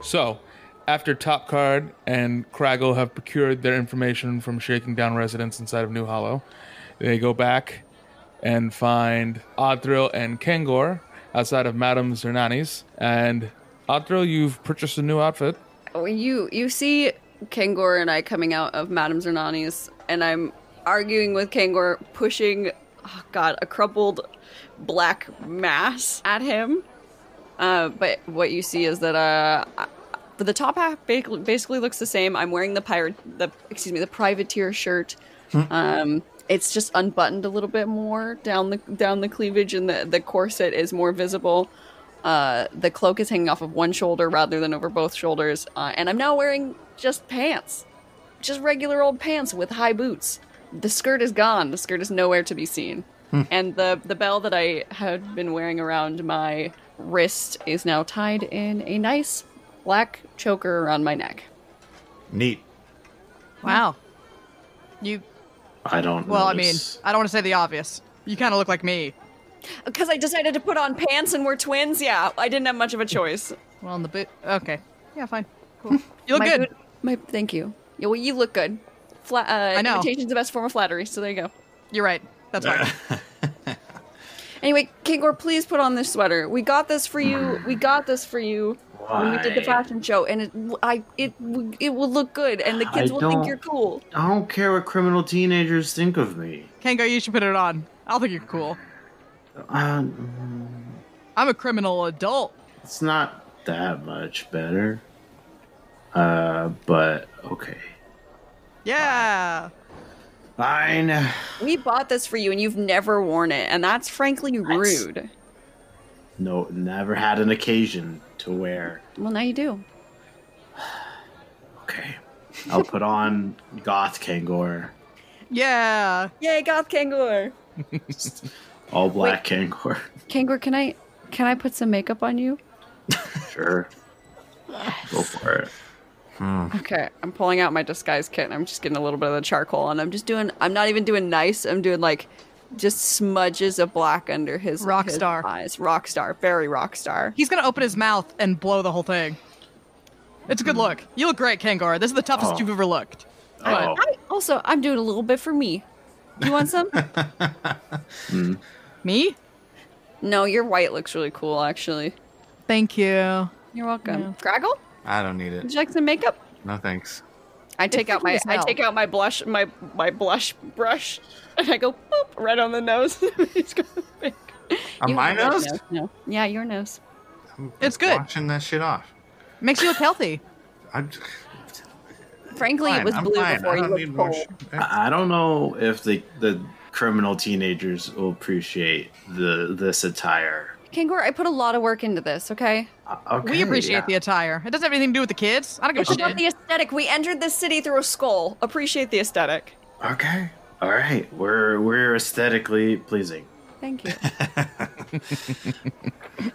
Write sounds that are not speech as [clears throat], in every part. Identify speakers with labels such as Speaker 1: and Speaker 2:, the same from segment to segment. Speaker 1: So, after Top Card and Craggle have procured their information from shaking down residents inside of New Hollow, they go back and find Adril and Kangor outside of Madame Zernani's. And Adril, you've purchased a new outfit.
Speaker 2: Oh, You you see Kangor and I coming out of Madame Zernani's, and I'm arguing with Kangor, pushing, oh God, a crumpled black mass at him. Uh, but what you see is that uh, I- the top half ba- basically looks the same. I'm wearing the pirate, the excuse me, the privateer shirt. Um, it's just unbuttoned a little bit more down the down the cleavage, and the the corset is more visible. Uh, the cloak is hanging off of one shoulder rather than over both shoulders, uh, and I'm now wearing just pants, just regular old pants with high boots. The skirt is gone. The skirt is nowhere to be seen, and the the bell that I had been wearing around my wrist is now tied in a nice black choker around my neck.
Speaker 3: Neat.
Speaker 4: Wow. You
Speaker 5: I don't.
Speaker 4: well, I mean,
Speaker 5: notice.
Speaker 4: I don't want to say the obvious. You kind of look like me.
Speaker 2: Because Uh, I decided to put on pants and we're twins. Yeah, I didn't have much of a choice.
Speaker 4: Well, in the boot. Okay. Yeah, fine. Cool. You look
Speaker 2: my
Speaker 4: good.
Speaker 2: boot- my thank you. Yeah, well, you look good. Fla- uh,
Speaker 4: I know.
Speaker 2: Imitation's the best form of flattery. So there you go.
Speaker 4: You're right.
Speaker 5: [laughs]
Speaker 4: That's right.
Speaker 2: Anyway, Kingor, please put on this sweater. We got this for you. We got this for you when we did the
Speaker 5: Why?
Speaker 2: fashion show, and it, I, it, it will look good, and the
Speaker 5: I
Speaker 2: kids will think
Speaker 5: don't-
Speaker 2: you're cool.
Speaker 5: I don't care what criminal teenagers think of me.
Speaker 4: Kango, you should put it on. I'll think you're cool.
Speaker 5: Uh,
Speaker 4: I'm a criminal adult.
Speaker 5: it's not that much better. Uh, but okay.
Speaker 4: Yeah.
Speaker 5: Fine.
Speaker 2: We bought this for you, and you've never worn it, and that's frankly rude.
Speaker 5: No, never had an occasion to wear.
Speaker 2: Well, now you do.
Speaker 5: Okay. I'll put on Goth Kangor.
Speaker 4: Yeah.
Speaker 2: Yay, goth Kangor.
Speaker 5: All black Kangor. [laughs]
Speaker 2: Kangor, can I, can I put some makeup on you?
Speaker 5: Sure. Go for it.
Speaker 2: Okay, I'm pulling out my disguise kit and I'm just getting a little bit of the charcoal and I'm just doing I'm not even doing nice, I'm doing like just smudges of black under his
Speaker 4: Rock
Speaker 2: his
Speaker 4: star.
Speaker 2: eyes. Rock star, very rock star.
Speaker 4: He's gonna open his mouth and blow the whole thing. It's a good look. You look great, Kangor. This is the toughest
Speaker 5: Oh.
Speaker 4: you've ever looked. But
Speaker 5: Oh,
Speaker 2: I also I'm doing a little bit for me. You want
Speaker 3: [laughs]
Speaker 2: some?
Speaker 4: me?
Speaker 2: no, your white looks really cool actually.
Speaker 4: Thank you.
Speaker 2: You're welcome. Craggle?
Speaker 3: I don't need
Speaker 2: Would
Speaker 3: it.
Speaker 2: you like some makeup?
Speaker 3: No thanks.
Speaker 2: I take out my
Speaker 4: freaking
Speaker 2: I
Speaker 4: smell.
Speaker 2: take out my blush my my blush brush and I go boop right on the nose. [laughs] It's gonna make-
Speaker 3: On
Speaker 2: You
Speaker 3: my
Speaker 2: have a red
Speaker 3: nose?
Speaker 2: No. Yeah, your nose.
Speaker 3: I'm
Speaker 4: It's good.
Speaker 3: Washing that shit off.
Speaker 4: Makes you look healthy.
Speaker 3: I'm
Speaker 2: Frankly,
Speaker 3: fine.
Speaker 2: it was
Speaker 3: I'm
Speaker 2: blue
Speaker 3: fine.
Speaker 2: before
Speaker 3: I
Speaker 2: you
Speaker 3: don't
Speaker 2: looked
Speaker 3: need more
Speaker 2: cool.
Speaker 3: shit.
Speaker 5: I I don't know if the the criminal teenagers will appreciate the this attire.
Speaker 2: Kangor, I put a lot of work into this, okay?
Speaker 5: Uh, Okay,
Speaker 4: we appreciate the
Speaker 5: yeah.
Speaker 4: attire. It doesn't have anything to do with the kids. I don't give
Speaker 2: It's
Speaker 4: a
Speaker 2: about
Speaker 4: shit.
Speaker 2: the aesthetic. We entered this city through a skull. Appreciate the aesthetic.
Speaker 5: Okay. All right. We're we're aesthetically pleasing. [laughs]
Speaker 2: Thank
Speaker 3: [laughs]
Speaker 2: you.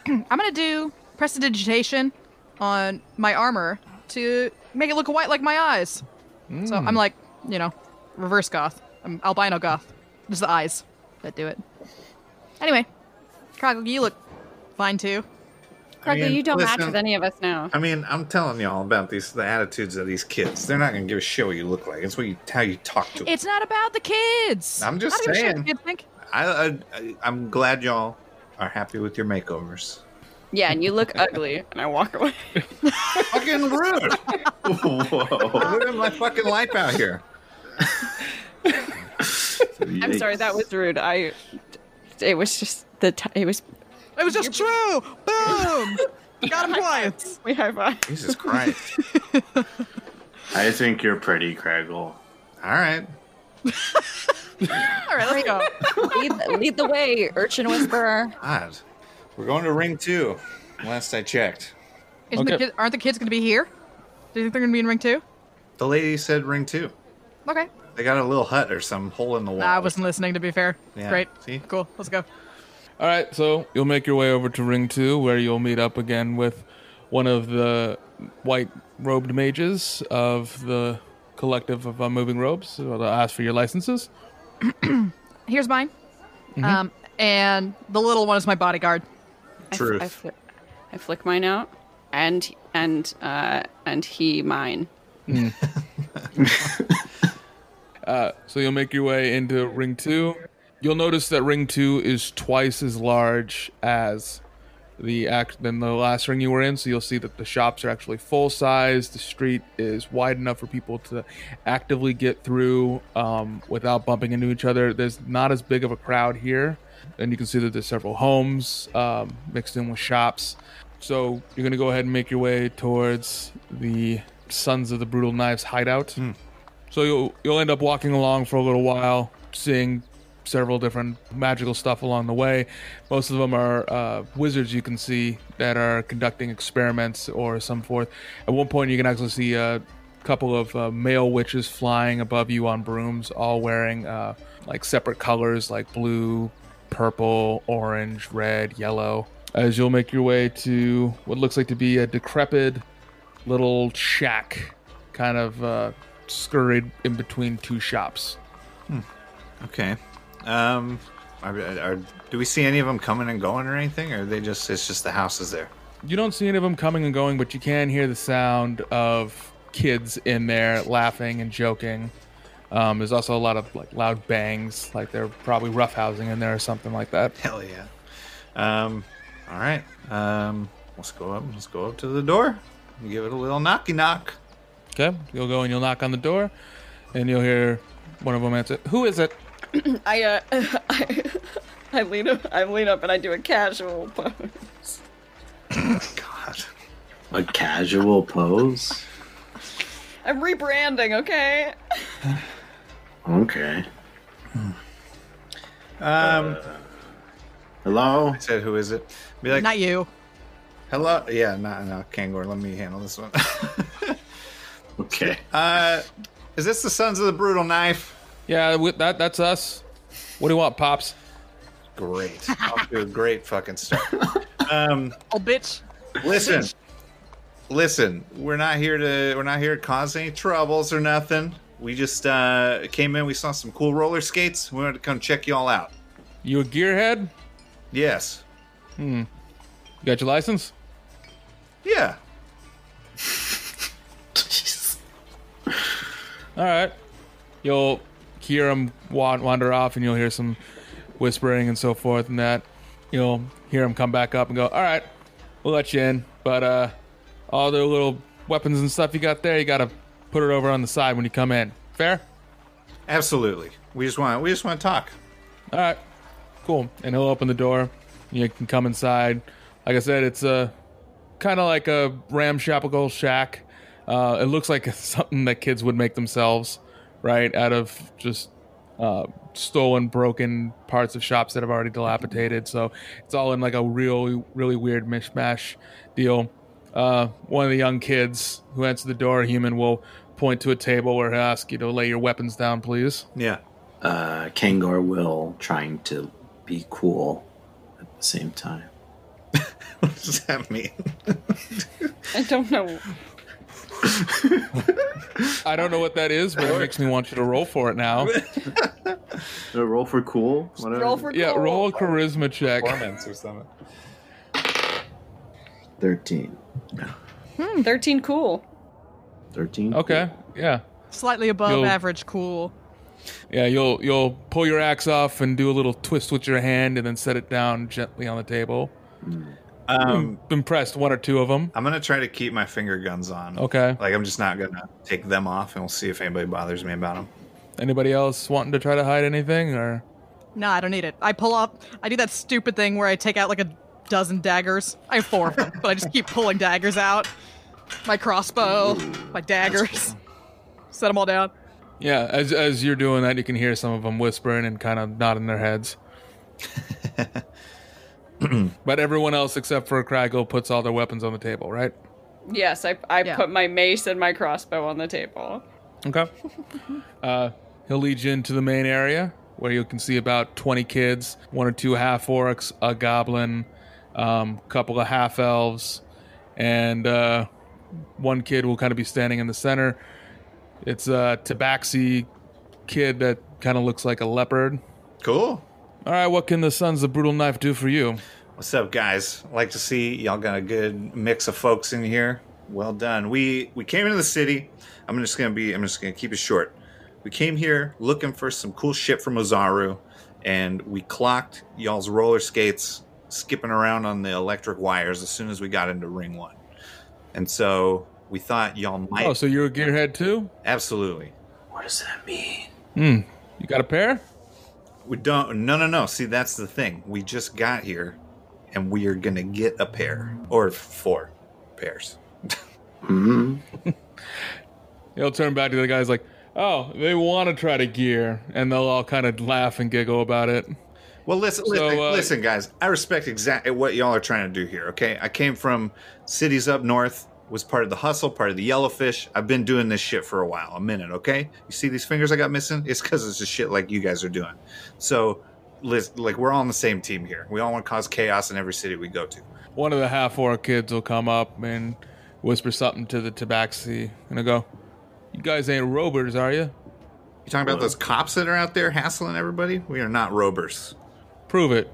Speaker 4: I'm gonna do prestidigitation on my armor to make it look white like my eyes. So
Speaker 3: Hmm.
Speaker 4: I'm like, you know, reverse goth. I'm albino goth. Just the eyes that do it. Anyway, Craggle, you look fine too.
Speaker 2: Craigie,
Speaker 3: mean,
Speaker 2: you don't match
Speaker 3: listen-
Speaker 2: with any of us now.
Speaker 3: I mean, I'm telling y'all about these the attitudes of these kids. They're not gonna give a shit what you look like. It's what you how you talk to them.
Speaker 4: It's not about the kids.
Speaker 3: I'm just
Speaker 4: I don't give a shit
Speaker 3: saying.
Speaker 4: what you think.
Speaker 3: I, I I- I'm glad y'all are happy with your makeovers.
Speaker 2: Yeah, and you look ugly. And I walk away.
Speaker 3: Fucking rude.
Speaker 5: Whoa.
Speaker 3: Living my fucking life out here.
Speaker 2: [laughs] I'm sorry, that was rude. I. It was just the. T- it was.
Speaker 4: It was just true.
Speaker 2: [laughs]
Speaker 4: Boom. Got him twice.
Speaker 2: We uh, high five.
Speaker 3: Jesus Christ.
Speaker 5: I think you're pretty, Craggle.
Speaker 3: All right.
Speaker 4: All right, let's go.
Speaker 2: lead, lead the way, urchin whisperer.
Speaker 3: God. We're going to ring two. Last I checked.
Speaker 4: Isn't the
Speaker 1: Okay.
Speaker 4: kid, aren't the kids going to be here? Do you think they're going to be in ring two?
Speaker 3: The lady said ring two.
Speaker 4: Okay.
Speaker 3: They got a little hut or some hole in the wall.
Speaker 4: Nah, I wasn't listening, to be fair.
Speaker 3: Yeah,
Speaker 4: Great.
Speaker 3: see?
Speaker 4: Cool. Let's go.
Speaker 1: All right, so you'll make your way over to Ring Two, where you'll meet up again with one of the white-robed mages of the collective of uh, Moving Robes. So they'll ask for your licenses.
Speaker 4: Here's mine.
Speaker 3: Mm-hmm.
Speaker 4: Um, and the little one is my bodyguard.
Speaker 2: I f-
Speaker 3: Truth.
Speaker 2: I, fli- I flick mine out, and and uh, and he mine.
Speaker 1: So you'll make your way into ring two. You'll notice that ring two is twice as large as the act than the last ring you were in. So you'll see that the shops are actually full size. The street is wide enough for people to actively get through um, without bumping into each other. There's not as big of a crowd here, and you can see that there's several homes um, mixed in with shops. So you're gonna go ahead and make your way towards the Sons of the Brutal Knives hideout. So you'll you'll end up walking along for a little while, seeing several different magical stuff along the way. Most of them are uh, wizards you can see that are conducting experiments or some forth. At one point, you can actually see a couple of uh, male witches flying above you on brooms, all wearing uh, like separate colors, like blue, purple, orange, red, yellow. As you'll make your way to what looks like to be a decrepit little shack kind of uh, scurried in between two shops.
Speaker 3: Okay. Um, are, are, do we see any of them coming and going or anything, or are they just it's just the houses there? [laughs]
Speaker 1: You don't see any of them coming and going, but you can hear the sound of kids in there laughing and joking. Um, there's also a lot of like loud bangs, like they're probably roughhousing in there or something like that.
Speaker 3: Hell yeah. Um, all right. Um, let's go up. Let's go up to the door. and Give it a little knocky knock.
Speaker 1: Okay, you'll go and you'll knock on the door, and you'll hear one of them answer. Who is it?
Speaker 2: I uh, [laughs] I, I lean up, I lean up, and I do a casual pose.
Speaker 3: God. [laughs]
Speaker 5: A casual pose?
Speaker 2: I'm rebranding, okay?
Speaker 5: Okay. Uh,
Speaker 3: Um,
Speaker 5: Hello?
Speaker 3: I said, who is it? Be like,
Speaker 4: Not you.
Speaker 3: hello. Yeah, no, no, Kangor. Let me handle this one. [laughs]
Speaker 5: Okay.
Speaker 3: uh, is this the Sons of the Brutal Knife?
Speaker 1: Yeah, we, that that's us. What do you want, pops?
Speaker 4: [laughs]
Speaker 3: Great. Off to a great fucking start. Um,
Speaker 4: Oh, bitch.
Speaker 3: listen, listen. We're not here to. We're not here to cause any troubles or nothing. We just uh, came in. We saw some cool roller skates. We wanted to come check y'all out.
Speaker 1: You a gearhead?
Speaker 3: Yes.
Speaker 1: You got your license?
Speaker 3: Yeah.
Speaker 5: Jeez.
Speaker 1: All right. You'll hear them wander off, and you'll hear some whispering and so forth, and that. You'll hear them come back up and go, "All right, we'll let you in, but uh, all the little weapons and stuff you got there, you gotta put it over on the side when you come in. Fair?
Speaker 3: Absolutely. We just want. We just want to talk.
Speaker 1: All right, cool." And he'll open the door. You can come inside. Like I said, it's a kind of like a ramshackle shack. Uh, it looks like [laughs] something that kids would make themselves, right? Out of just uh, stolen, broken parts of shops that have already dilapidated. So it's all in like a real, really weird mishmash deal. Uh, one of the young kids who answered the door, a human, will point to a table where he'll ask you to lay your weapons down, please.
Speaker 3: Yeah. [laughs]
Speaker 5: Uh, Kangor will trying to be cool at the same time.
Speaker 3: What does that mean?
Speaker 2: I don't know.
Speaker 1: I don't know what that is, but it makes me want you to roll for it now.
Speaker 5: Uh, roll for cool? Whatever.
Speaker 2: Roll for
Speaker 1: Yeah,
Speaker 2: cool.
Speaker 1: roll a charisma check.
Speaker 3: Performance or something.
Speaker 5: 13.
Speaker 2: 13 cool.
Speaker 5: 13?
Speaker 1: Okay, yeah,
Speaker 4: Slightly above
Speaker 1: Yo.
Speaker 4: average cool.
Speaker 1: yeah. You'll you'll pull your axe off and do a little twist with your hand, and then set it down gently on the table.
Speaker 3: Um,
Speaker 1: Impressed one or two of them.
Speaker 3: I'm gonna try to keep my finger guns on.
Speaker 1: Okay.
Speaker 3: Like I'm just not gonna take them off, and we'll see if anybody bothers me about them.
Speaker 1: Anybody else wanting to try to hide anything, or
Speaker 4: No, I don't need it. I pull up. I do that stupid thing where I take out like a dozen daggers. I have four of them, but I just keep pulling daggers out. My crossbow, my daggers. Set them all down.
Speaker 1: yeah? As as you're doing that, you can hear some of them whispering and kind of nodding their heads. but everyone else except for Craggle puts all their weapons on the table, right?
Speaker 2: Yes, I, I
Speaker 4: Yeah.
Speaker 2: put my mace and my crossbow on the table.
Speaker 1: Okay. [laughs] uh, he'll lead you into the main area where you can see about 20 kids, one or two half orcs, a goblin, um, couple of half elves, and uh, one kid will kind of be standing in the center. It's a tabaxi kid that kind of looks like a leopard.
Speaker 3: Cool.
Speaker 1: All right, what can the Sons of Brutal Knife do for you?
Speaker 3: What's up, guys? Like to see y'all got a good mix of folks in here. Well done. We we came into the city. I'm just gonna be. I'm just gonna keep it short. We came here looking for some cool shit from Ozaru, and we clocked y'all's roller skates skipping around on the electric wires as soon as we got into ring one. And so we thought y'all might
Speaker 1: Oh, so you're a gearhead too?
Speaker 3: absolutely.
Speaker 5: What does that mean?
Speaker 1: Hmm. You got a pair?
Speaker 3: We don't. No, no, no. See, that's the thing. We just got here, and we are gonna get a pair or four pairs.
Speaker 5: hmm
Speaker 1: He'll turn back to the guys like, "Oh, they want to try to gear," and they'll all kind of laugh and giggle about it.
Speaker 3: Well, listen,
Speaker 1: So,
Speaker 3: listen,
Speaker 1: uh,
Speaker 3: listen, guys. I respect exactly what y'all are trying to do here. Okay, I came from cities up north. Was part of the hustle, part of the yellowfish. I've been doing this shit for a while, a minute. Okay, you see these fingers I got missing? It's because it's just shit like you guys are doing. So, listen, like we're all on the same team here. We all want to cause chaos in every city we go to.
Speaker 1: One of the half orc kids will come up and whisper something to the tabaxi, and he'll go, "You guys ain't robers, are you?
Speaker 3: You talking about those cops that are out there hassling everybody? We are not robers.
Speaker 1: Prove it.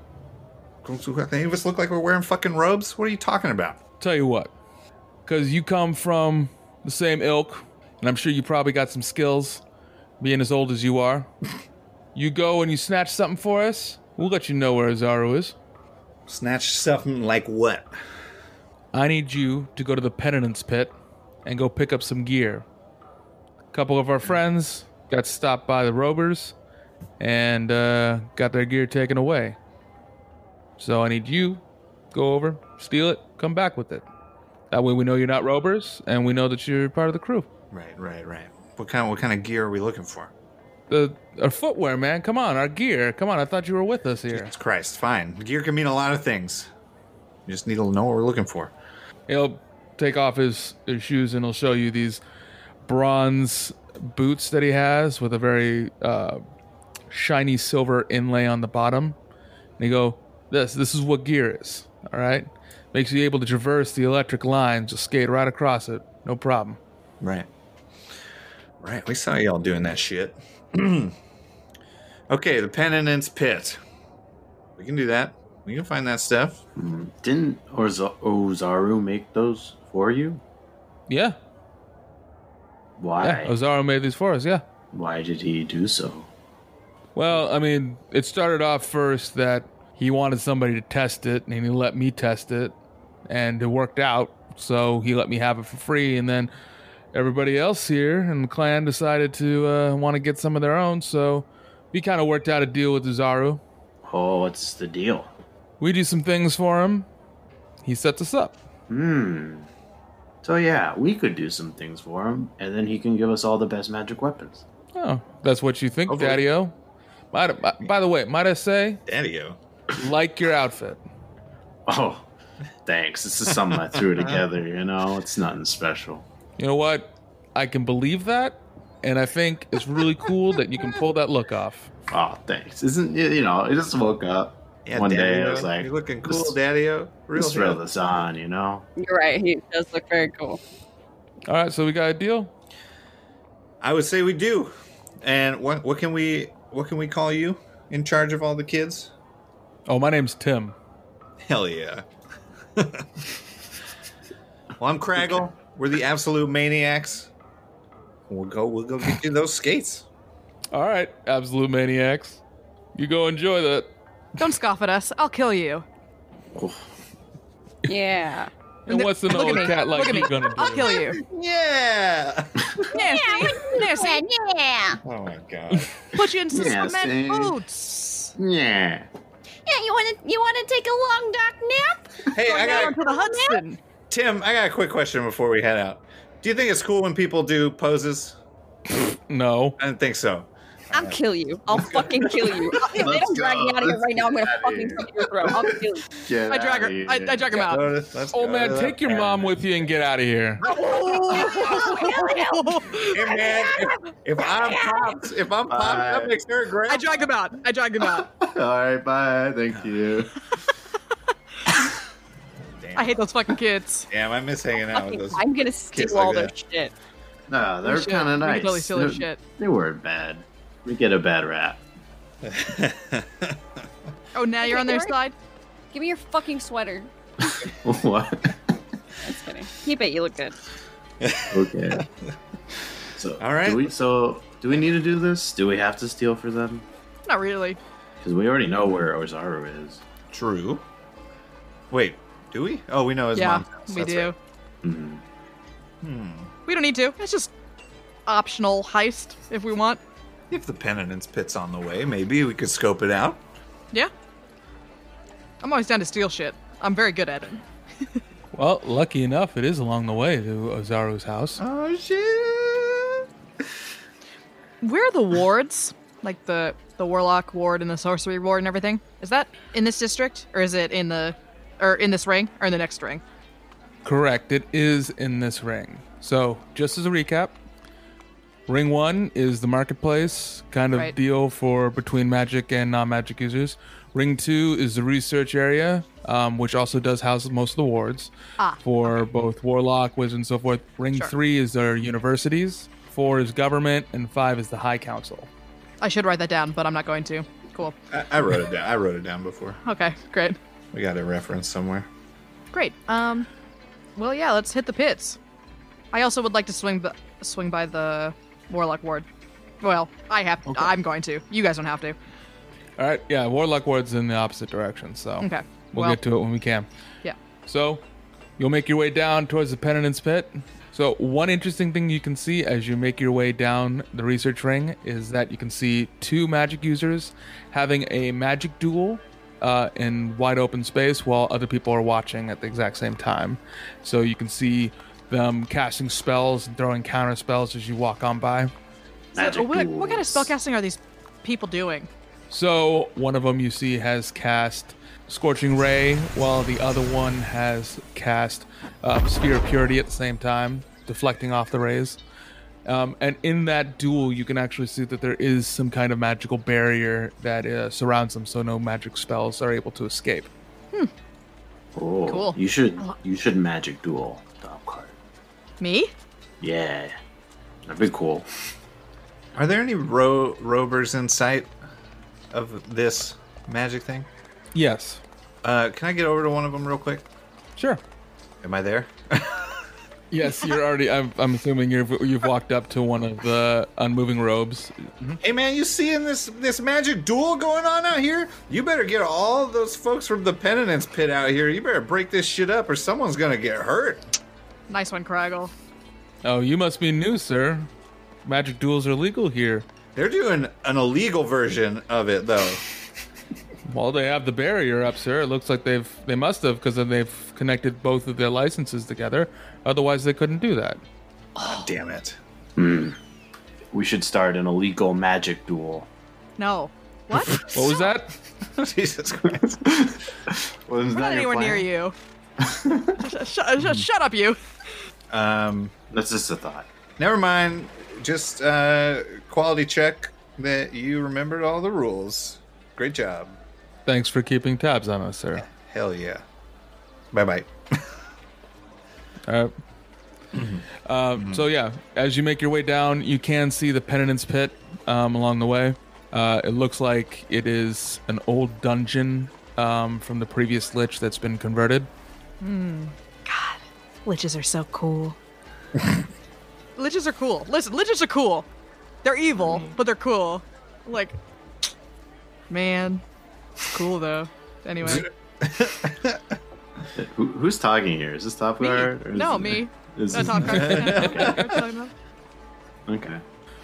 Speaker 3: Any of us look like we're wearing fucking robes? What are you talking about?
Speaker 1: Tell you what, because you come from the same ilk, and I'm sure you probably got some skills, being as old as you are. you go and you snatch something for us. We'll let you know where Azaru is."
Speaker 3: Snatch something like what?
Speaker 1: I need you to go to the penitence pit and go pick up some gear. A couple of our friends got stopped by the robers and uh, got their gear taken away. So I need you go over, steal it, come back with it. That way we know you're not robers and we know that you're part of the crew.
Speaker 3: Right, right, right. What kind? What kind of gear are we looking for?
Speaker 1: The our footwear, man. Come on, our gear. Come on. I thought you were with us here.
Speaker 3: Jesus Christ, fine. Gear can mean a lot of things. You just need to know what we're looking for.
Speaker 1: He'll take off his, his shoes and he'll show you these bronze boots that he has with a very uh, shiny silver inlay on the bottom. And you go, this this is what gear is. All right, makes you able to traverse the electric lines, just skate right across it, no problem.
Speaker 3: Right. Right. We saw y'all doing that shit. [clears throat] okay, the penitence pit. We can do that. We can find that stuff.
Speaker 5: Didn't Orza- Ozaru make those for you?
Speaker 1: Yeah,
Speaker 5: Why?
Speaker 1: yeah. Ozaro made these for us. Yeah.
Speaker 5: Why did he do so?
Speaker 1: Well, I mean, it started off first that he wanted somebody to test it, and he let me test it, and it worked out. So he let me have it for free, and then everybody else here in the clan decided to uh, want to get some of their own. So we kind of worked out a deal with Zaru.
Speaker 5: Oh, what's the deal?
Speaker 1: We do some things for him. He sets us up.
Speaker 5: Hmm. So yeah, we could do some things for him, and then he can give us all the best magic weapons. [laughs]
Speaker 1: Oh, that's what you think,
Speaker 3: Hopefully.
Speaker 1: Daddy-O. Might, by, by the way, might I say,
Speaker 3: daddy
Speaker 1: like your outfit.
Speaker 5: Oh, thanks. This is something I threw together. You know, it's nothing special.
Speaker 1: You know what? I can believe that, and I think it's really cool that you can pull that look off.
Speaker 5: Oh, thanks. Isn't y- you know? I just woke up one day. I was like,
Speaker 3: You're looking
Speaker 5: let's-
Speaker 3: cool, daddy Real
Speaker 5: Let's throw
Speaker 3: hip.
Speaker 5: this on. You know.
Speaker 2: You're right. He does look very cool.
Speaker 1: All right, so we got a deal.
Speaker 3: I would say we do. And what what can we what can we call you in charge of all the kids?
Speaker 1: Oh, my name's Tim.
Speaker 3: Hell yeah. well, I'm Craggle. We're the absolute maniacs. We'll go. We'll go get you those skates.
Speaker 1: All right, absolute maniacs. You go enjoy that.
Speaker 4: Don't scoff at us. I'll kill you.
Speaker 2: Yeah.
Speaker 1: And what's an
Speaker 4: Look
Speaker 1: old
Speaker 4: at me.
Speaker 1: cat like
Speaker 4: Look at
Speaker 1: you
Speaker 4: me.
Speaker 1: gonna do?
Speaker 4: I'll kill you.
Speaker 3: Yeah.
Speaker 4: Nancy, Nancy,
Speaker 6: yeah.
Speaker 3: Oh my god.
Speaker 4: put you in cement
Speaker 5: Nancy.
Speaker 4: boots.
Speaker 5: Yeah.
Speaker 6: Yeah, you want to you want to take a long dark nap?
Speaker 3: Hey, I
Speaker 4: Going
Speaker 3: got
Speaker 4: down to the Hudson.
Speaker 3: Tim. I got a quick question before we head out. Do you think it's cool when people do poses?
Speaker 1: No.
Speaker 3: I didn't think so.
Speaker 2: I'll kill you. I'll fucking kill
Speaker 5: [laughs]
Speaker 2: you. If they
Speaker 5: Let's
Speaker 2: don't drag me
Speaker 5: go.
Speaker 2: out of here
Speaker 5: Let's
Speaker 2: right now, I'm gonna
Speaker 5: get outta
Speaker 2: fucking
Speaker 5: here.
Speaker 2: cut your throat. I'll kill
Speaker 5: [laughs]
Speaker 2: you.
Speaker 5: Get
Speaker 4: I drag
Speaker 5: outta
Speaker 4: her.
Speaker 5: here.
Speaker 4: I, I drag him out.
Speaker 3: Let's- let's
Speaker 1: Old
Speaker 3: go.
Speaker 1: oh, man, take your mom with you and get out of here.
Speaker 3: Hey, man, if, if I'm pops, if I'm pops,
Speaker 5: Bye.
Speaker 3: that makes her great.
Speaker 4: I dragged him out. I dragged him out.
Speaker 5: [laughs] All right. Bye. Thank you.
Speaker 4: I hate those fucking kids.
Speaker 3: Damn, I miss hanging out with those.
Speaker 2: I'm gonna steal
Speaker 3: Kids like
Speaker 2: all
Speaker 3: that.
Speaker 2: their shit.
Speaker 5: No,
Speaker 4: We
Speaker 5: they're
Speaker 4: should.
Speaker 5: kind of
Speaker 4: We
Speaker 5: nice.
Speaker 4: could totally steal their
Speaker 5: They're-
Speaker 4: shit.
Speaker 5: They weren't bad. We get a bad rap. [laughs]
Speaker 4: Oh, now you're on their
Speaker 2: Alright.
Speaker 4: side.
Speaker 2: Give me your fucking sweater.
Speaker 5: what?
Speaker 2: That's funny. He bet you look good.
Speaker 5: Okay. so
Speaker 3: [laughs] All right.
Speaker 5: Do we, so do we need to do this? Do we have to steal for them?
Speaker 4: Not really.
Speaker 5: Because we already know where Ozaru is.
Speaker 3: True. Wait, do we? Oh, we know his
Speaker 4: yeah,
Speaker 3: mom's house.
Speaker 4: we
Speaker 3: That's
Speaker 4: do.
Speaker 3: right.
Speaker 4: We don't need to. It's just optional heist if we want.
Speaker 3: If the penitence pit's on the way, maybe we could scope it out.
Speaker 4: Yeah. I'm always down to steal shit. I'm very good at it.
Speaker 1: Well, lucky enough, it is along the way to Ozaru's house.
Speaker 3: Oh shit!
Speaker 4: Where are the wards? [laughs] Like the the warlock ward and the sorcery ward and everything? Is that in this district or is it in the or in this ring or in the next ring?
Speaker 1: Correct. It is in this ring. So, just as a recap, ring one is the marketplace kind of
Speaker 4: Right.
Speaker 1: deal for between magic and non-magic users. Ring two is the research area, um, which also does house most of the wards
Speaker 4: Ah,
Speaker 1: for both warlock, wizard, and so forth. Ring
Speaker 4: Sure.
Speaker 1: three is our universities. Four is government, and five is the high council.
Speaker 4: I should write that down, but I'm not going to. Cool.
Speaker 3: I, I wrote it down. I wrote it down before.
Speaker 4: Okay, great.
Speaker 3: We got a reference somewhere.
Speaker 4: Great. Um well yeah, let's hit the pits. I also would like to swing the swing by the warlock ward. Well, I have I'm going to. You guys don't have to.
Speaker 1: All right, yeah, Warlock Ward's in the opposite direction, so
Speaker 4: Okay,
Speaker 1: we'll,
Speaker 4: well-
Speaker 1: get to it when we can.
Speaker 4: Yeah.
Speaker 1: So, you'll make your way down towards the Penitence Pit. So, one interesting thing you can see as you make your way down the research ring is that you can see two magic users having a magic duel uh, in wide open space while other people are watching at the exact same time. So, you can see them casting spells and throwing counter spells as you walk on by.
Speaker 4: So,
Speaker 5: Magic
Speaker 4: what, what kind of
Speaker 5: duels.
Speaker 4: spellcasting are these people doing?
Speaker 1: So one of them you see has cast Scorching Ray, while the other one has cast uh, Sphere of Purity at the same time, deflecting off the rays. Um, and in that duel, you can actually see that there is some kind of magical barrier that uh, surrounds them, so no magic spells are able to escape.
Speaker 5: Oh,
Speaker 4: Cool.
Speaker 5: You should you should magic duel top card.
Speaker 4: Me?
Speaker 5: Yeah, that'd be cool.
Speaker 3: Are there any ro- rovers in sight of this magic thing?
Speaker 1: Yes.
Speaker 3: Uh, can I get over to one of them real quick?
Speaker 1: Sure.
Speaker 3: Am I there?
Speaker 1: Yes, you're already. I'm, I'm assuming you've you've walked up to one of the unmoving robes.
Speaker 3: [laughs] hey man, you seeing this this magic duel going on out here? You better get all those folks from the penitence pit out here. You better break this shit up, or someone's gonna get hurt.
Speaker 4: Nice one, Craggle.
Speaker 1: Oh, you must be new, sir. Magic duels are legal here.
Speaker 3: They're doing an illegal version of it though.
Speaker 1: Well, they have the barrier up, sir. It looks like they've they must have because then they've connected both of their licenses together. Otherwise, they couldn't do that.
Speaker 3: Damn it. [laughs]
Speaker 5: We should start an illegal magic duel.
Speaker 4: No. What?
Speaker 1: What was that?
Speaker 3: Jesus Christ.
Speaker 5: Well,
Speaker 4: We're not anywhere near you. Sh- sh- sh- shut up, you.
Speaker 3: Um,
Speaker 5: That's just a thought.
Speaker 3: never mind. Just uh, quality check that you remembered all the rules. Great job.
Speaker 1: Thanks for keeping tabs on us, sir.
Speaker 3: Hell yeah. Bye bye.
Speaker 1: All right. Um, Uh, so yeah, as you make your way down, you can see the Penitence Pit um, along the way. Uh, it looks like it is an old dungeon um, from the previous lich that's been converted.
Speaker 4: Liches are so cool. liches are cool. Listen, liches are cool. They're evil, but they're cool. Like, man, it's cool though. Anyway,
Speaker 5: Who, who's talking here? Is this top
Speaker 4: me.
Speaker 5: card? or is
Speaker 4: No,
Speaker 5: it-
Speaker 4: me.
Speaker 5: is
Speaker 4: [laughs] No,
Speaker 5: this-
Speaker 4: Tom Cruise. Okay.
Speaker 5: [laughs] Okay.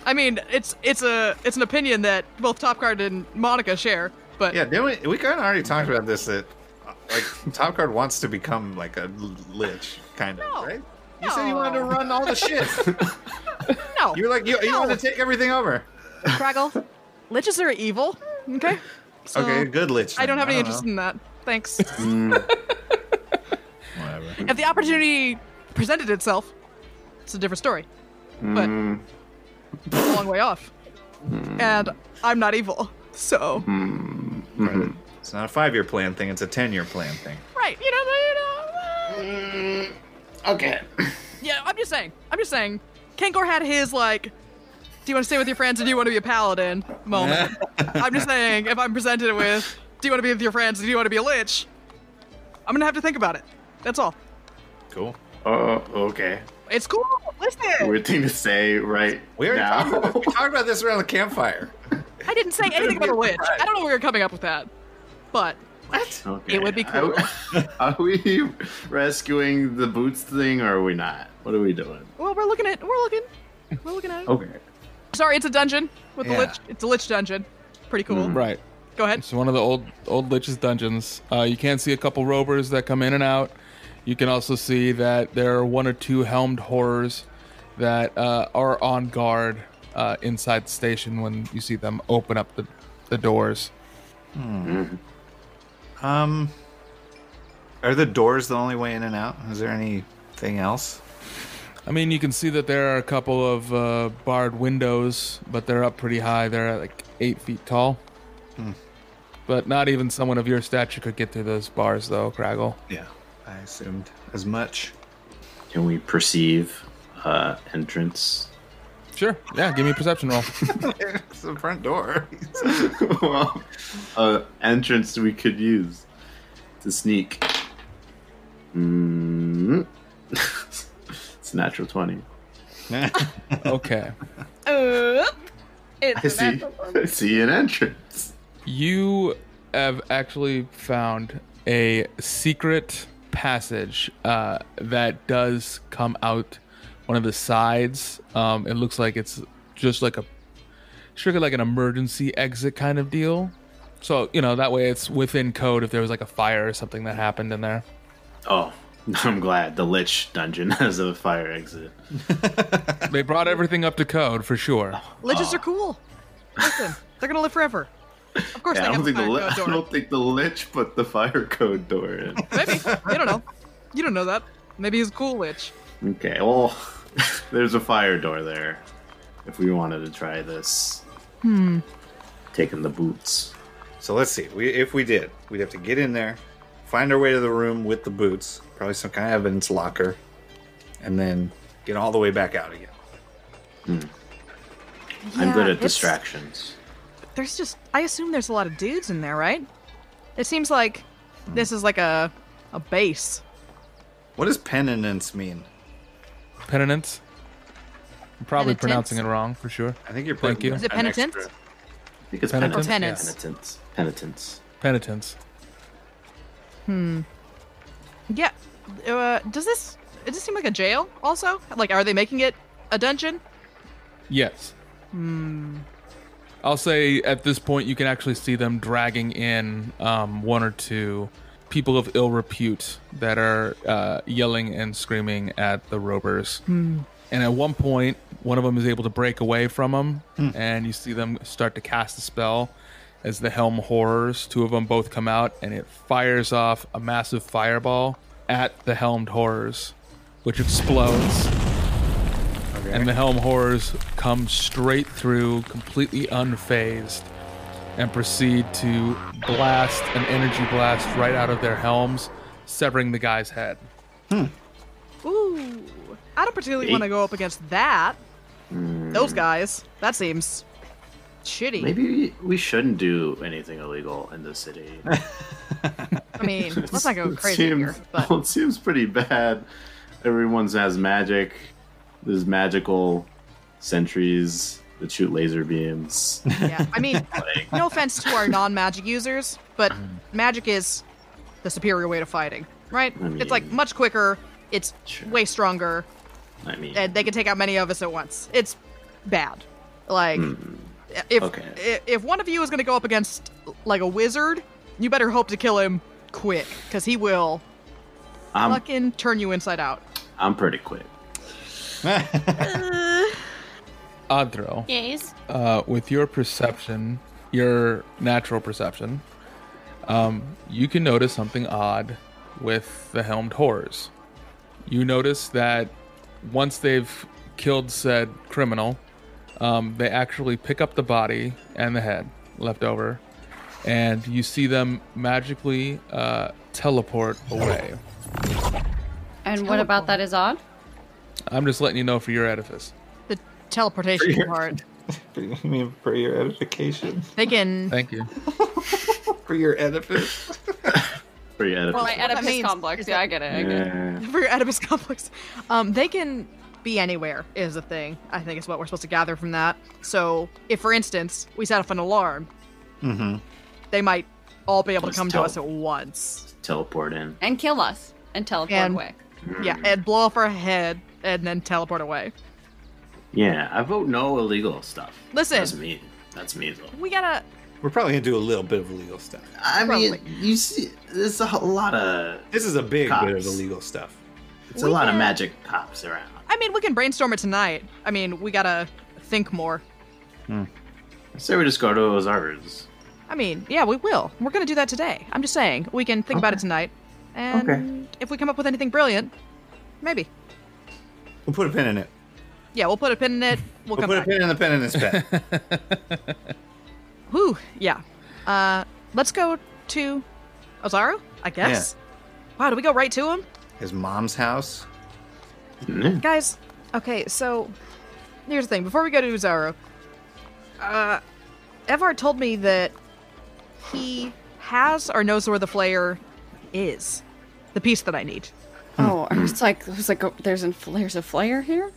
Speaker 4: I mean, it's it's a it's an opinion that both Top Card and Monica share, but
Speaker 3: Yeah, didn't we, we kind of already talked about this that uh, like Top Card wants to become like a l- lich, kind of,
Speaker 4: No.
Speaker 3: right? You said you
Speaker 4: No.
Speaker 3: wanted to run all the shit.
Speaker 4: no,
Speaker 3: you were like, you, you
Speaker 4: No.
Speaker 3: wanted to take everything over.
Speaker 4: Craggle, [laughs] liches are evil. Okay. So,
Speaker 3: okay, good lich.
Speaker 4: I don't
Speaker 3: then.
Speaker 4: have any interest in that. Thanks.
Speaker 3: know. Whatever.
Speaker 4: if the opportunity presented itself, it's a different story. But it's a long way off. And I'm not evil. So,
Speaker 3: It's not a five year plan thing, it's a 10 year plan thing.
Speaker 4: right, you know, uh, you know.
Speaker 5: Okay.
Speaker 4: Yeah, I'm just saying. I'm just saying. Kangor had his, like, do you want to stay with your friends or do you want to be a paladin
Speaker 5: [laughs]
Speaker 4: moment. I'm just saying, if I'm presented with, do you want to be with your friends or do you want to be a lich? I'm going to have to think about it. That's all.
Speaker 3: Cool.
Speaker 5: Oh, okay.
Speaker 4: It's cool. Listen,
Speaker 5: Weird thing to say right
Speaker 3: We already
Speaker 5: now.
Speaker 3: talked
Speaker 5: [laughs]
Speaker 3: about, we talked about this around the campfire.
Speaker 4: I didn't say anything about a witch. I don't know where you're coming up with that, but
Speaker 3: What?
Speaker 5: Okay.
Speaker 4: It would be cool.
Speaker 5: Are, [laughs] are we rescuing the boots thing or are we not? What are we doing?
Speaker 4: well, we're looking at we're looking we're looking at it.
Speaker 5: Okay.
Speaker 4: Sorry, it's a dungeon with a
Speaker 3: Yeah.
Speaker 4: lich. It's a lich dungeon. Pretty cool.
Speaker 5: Mm.
Speaker 1: Right.
Speaker 4: Go ahead.
Speaker 1: It's one of the old old lich's dungeons. Uh, you can see a couple rovers that come in and out. You can also see that there are one or two helmed horrors that uh, are on guard uh, inside the station when you see them open up the, the doors.
Speaker 3: Um, are the doors the only way in and out? Is there anything else?
Speaker 1: I mean, you can see that there are a couple of uh, barred windows, but they're up pretty high. They're like eight feet tall. Hmm. But not even someone of your stature could get through those bars, though, Craggle.
Speaker 3: Yeah, I assumed as much.
Speaker 5: Can we perceive uh, entrance? [laughs]
Speaker 1: Sure. Yeah, give me a perception roll.
Speaker 3: [laughs] it's the front door. [laughs]
Speaker 5: well, uh, entrance we could use to sneak. Mm. [laughs] it's a natural 20.
Speaker 1: [laughs] okay.
Speaker 2: Oop.
Speaker 5: I
Speaker 2: It's a
Speaker 5: see,
Speaker 2: natural
Speaker 5: [laughs] I
Speaker 2: one.
Speaker 5: see an entrance.
Speaker 1: You have actually found a secret passage uh, that does come out one of the sides. Um, it looks like it's just like a strictly like an emergency exit kind of deal. So you know that way it's within code if there was like a fire or something that happened in there.
Speaker 5: Oh, [laughs] I'm glad the Lich dungeon [laughs] has a fire exit.
Speaker 1: They brought everything up to code for sure.
Speaker 4: Liches
Speaker 5: Oh.
Speaker 4: are cool. Listen, they're gonna live forever. Of course
Speaker 5: Yeah,
Speaker 4: they
Speaker 5: I, don't
Speaker 4: have a
Speaker 5: think the
Speaker 4: fire
Speaker 5: li- [laughs]
Speaker 4: code
Speaker 5: I
Speaker 4: door.
Speaker 5: don't think the Lich put the fire code door
Speaker 4: [laughs]
Speaker 5: in.
Speaker 4: Maybe you don't know. You don't know that. Maybe he's a cool lich.
Speaker 5: Okay, well, [laughs] there's a fire door there. If we wanted to try this,
Speaker 4: Hmm.
Speaker 5: taking the boots.
Speaker 3: So let's see. We, if we did, we'd have to get in there, find our way to the room with the boots, probably some kind of evidence locker, and then get all the way back out again.
Speaker 5: I'm
Speaker 4: Yeah,
Speaker 5: good at
Speaker 4: it's-
Speaker 5: distractions.
Speaker 4: There's just I assume there's a lot of dudes in there, right? It seems like
Speaker 5: Hmm.
Speaker 4: this is like a a base.
Speaker 3: What does penitence mean?
Speaker 1: Penitence. I'm probably
Speaker 6: Penitence.
Speaker 1: pronouncing it wrong for sure.
Speaker 3: I think you're
Speaker 1: Thank
Speaker 3: putting
Speaker 1: you. Is
Speaker 4: it
Speaker 3: an
Speaker 4: penitence?
Speaker 3: extra-
Speaker 5: I think it's
Speaker 1: Penitence?
Speaker 5: penitence.
Speaker 4: Penance.
Speaker 5: Penitence. Penitence.
Speaker 1: Penitence.
Speaker 4: Yeah. Uh, does this does this seem like a jail also? Like are they making it a dungeon?
Speaker 1: Yes. I'll say at this point you can actually see them dragging in um, one or two people of ill repute that are uh, yelling and screaming at the rovers. And at one point, one of them is able to break away from them, and you see them start to cast a spell as the helm horrors. Two of them both come out, and it fires off a massive fireball at the helmed horrors, which explodes and the helm horrors come straight through, completely unfazed, and proceed to blast an energy blast right out of their helms, severing the guy's head.
Speaker 4: Ooh. I don't particularly want to go up against that. Those guys. That seems shitty.
Speaker 5: Hmm. Maybe we shouldn't do anything illegal in the
Speaker 4: [laughs]
Speaker 5: city.
Speaker 4: I mean, let's not go
Speaker 5: [laughs] It
Speaker 4: crazy
Speaker 5: seems-
Speaker 4: here, but
Speaker 5: well, it seems pretty bad. Everyone has magic. There's magical sentries that shoot laser
Speaker 4: [laughs]
Speaker 5: beams.
Speaker 4: yeah. I
Speaker 5: [laughs]
Speaker 4: mean,
Speaker 5: like, Mm.
Speaker 4: no offense to our non-magic users, but magic is the superior way to fighting, right?
Speaker 5: I
Speaker 4: it's like
Speaker 5: mean-
Speaker 4: much quicker, it's
Speaker 5: Sure.
Speaker 4: way stronger,
Speaker 5: I mean,
Speaker 4: and they can take out many of us at once. It's bad. Like
Speaker 5: Hmm.
Speaker 4: if
Speaker 5: Okay.
Speaker 4: i- if one of you is going to go up against like a wizard, you better hope to kill him quick cuz he will
Speaker 5: I'm,
Speaker 4: fucking turn you inside out.
Speaker 5: I'm pretty quick.
Speaker 1: Adro,
Speaker 6: Yes.
Speaker 1: uh, with your perception, your natural perception, um, you can notice something odd with the helmed horrors. You notice that once they've killed said criminal, um, they actually pick up the body and the head left over, and you see them magically uh, teleport away.
Speaker 6: And what about that is odd?
Speaker 1: I'm just letting you know for your edifice.
Speaker 4: The
Speaker 5: [laughs]
Speaker 4: teleportation part.
Speaker 3: [laughs] You mean for your edification?
Speaker 4: They can
Speaker 1: Thank you.
Speaker 3: For your edifice?
Speaker 5: For your Oedipus.
Speaker 2: Well, my
Speaker 4: what that
Speaker 2: Oedipus
Speaker 4: means
Speaker 2: complex.
Speaker 4: is
Speaker 2: Yeah,
Speaker 4: that-
Speaker 2: I get it. I get it.
Speaker 5: yeah.
Speaker 4: for your Oedipus complex. Um, they can be anywhere is the thing. I think is what we're supposed to gather from that. So if, for instance, we set off an alarm, they might all be able
Speaker 5: Just
Speaker 4: to come
Speaker 5: tell-
Speaker 4: to us at once.
Speaker 5: Teleport in.
Speaker 2: And kill us and teleport
Speaker 4: And-
Speaker 2: away.
Speaker 4: Yeah, and blow off our head and then teleport away.
Speaker 5: Yeah, I vote no illegal stuff.
Speaker 4: Listen.
Speaker 5: That's me. That's me though.
Speaker 4: We gotta.
Speaker 3: [laughs] We're probably gonna do a little bit of illegal stuff.
Speaker 5: I mean,
Speaker 4: Probably.
Speaker 5: you see, there's a whole lot of
Speaker 3: This is a big bit of
Speaker 5: Cops.
Speaker 3: illegal stuff.
Speaker 5: it's a lot of magic cops around.
Speaker 4: I mean, we can brainstorm it tonight. I mean, we gotta think more.
Speaker 5: I say we just go to Ozar's.
Speaker 4: I mean, yeah, we will. We're gonna do that today. I'm just saying we can think about it tonight, and if we come up with anything brilliant, maybe.
Speaker 3: We'll put a pin in it.
Speaker 4: Yeah, we'll put a pin in it. We'll, come
Speaker 3: We'll put
Speaker 4: back.
Speaker 3: a pin in the pin
Speaker 4: [laughs]
Speaker 3: in this pen.
Speaker 4: Whew, yeah. Uh, let's go to Ozaru, I guess. Wow, do we go right to him?
Speaker 3: His mom's house.
Speaker 5: Yeah.
Speaker 4: Guys, okay, so here's the thing. Before we go to Ozaru, uh, Evar told me that he has or knows where the flare is. The piece that I need.
Speaker 2: Oh, I was like, I was like, oh, there's a there's a flare here.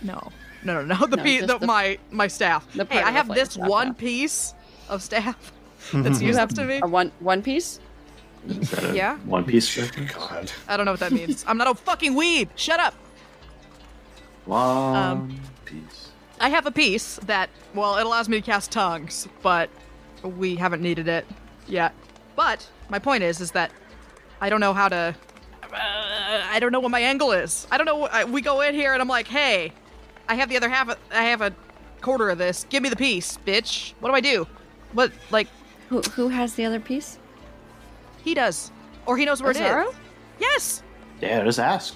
Speaker 4: No. No, no, [laughs] no. The
Speaker 2: No,
Speaker 4: piece,
Speaker 2: just
Speaker 4: the,
Speaker 2: the-
Speaker 4: my, my staff.
Speaker 2: the part
Speaker 4: Hey,
Speaker 2: of
Speaker 4: I
Speaker 2: the
Speaker 4: have
Speaker 2: flare
Speaker 4: this
Speaker 2: staff,
Speaker 4: one
Speaker 2: yeah.
Speaker 4: piece of staff [laughs] that's useless to me.
Speaker 2: A one one piece.
Speaker 5: Is that a
Speaker 4: Yeah.
Speaker 5: One Piece. reference?
Speaker 3: God.
Speaker 4: I don't know what that means. I'm not a fucking weeb. Shut up. Um,
Speaker 5: One Piece.
Speaker 4: I have a piece that, well, it allows me to cast tongues, but we haven't needed it yet. But my point is, is that I don't know how to. Uh, I don't know what my angle is. I don't know. I, we go in here and I'm like, hey, I have the other half. Of, I have a quarter of this. Give me the piece, bitch. What do I do? What like
Speaker 2: Who who has the other piece?
Speaker 4: he does, or he knows where it
Speaker 2: Ozaru?
Speaker 4: is. Yes,
Speaker 5: Yeah, just ask.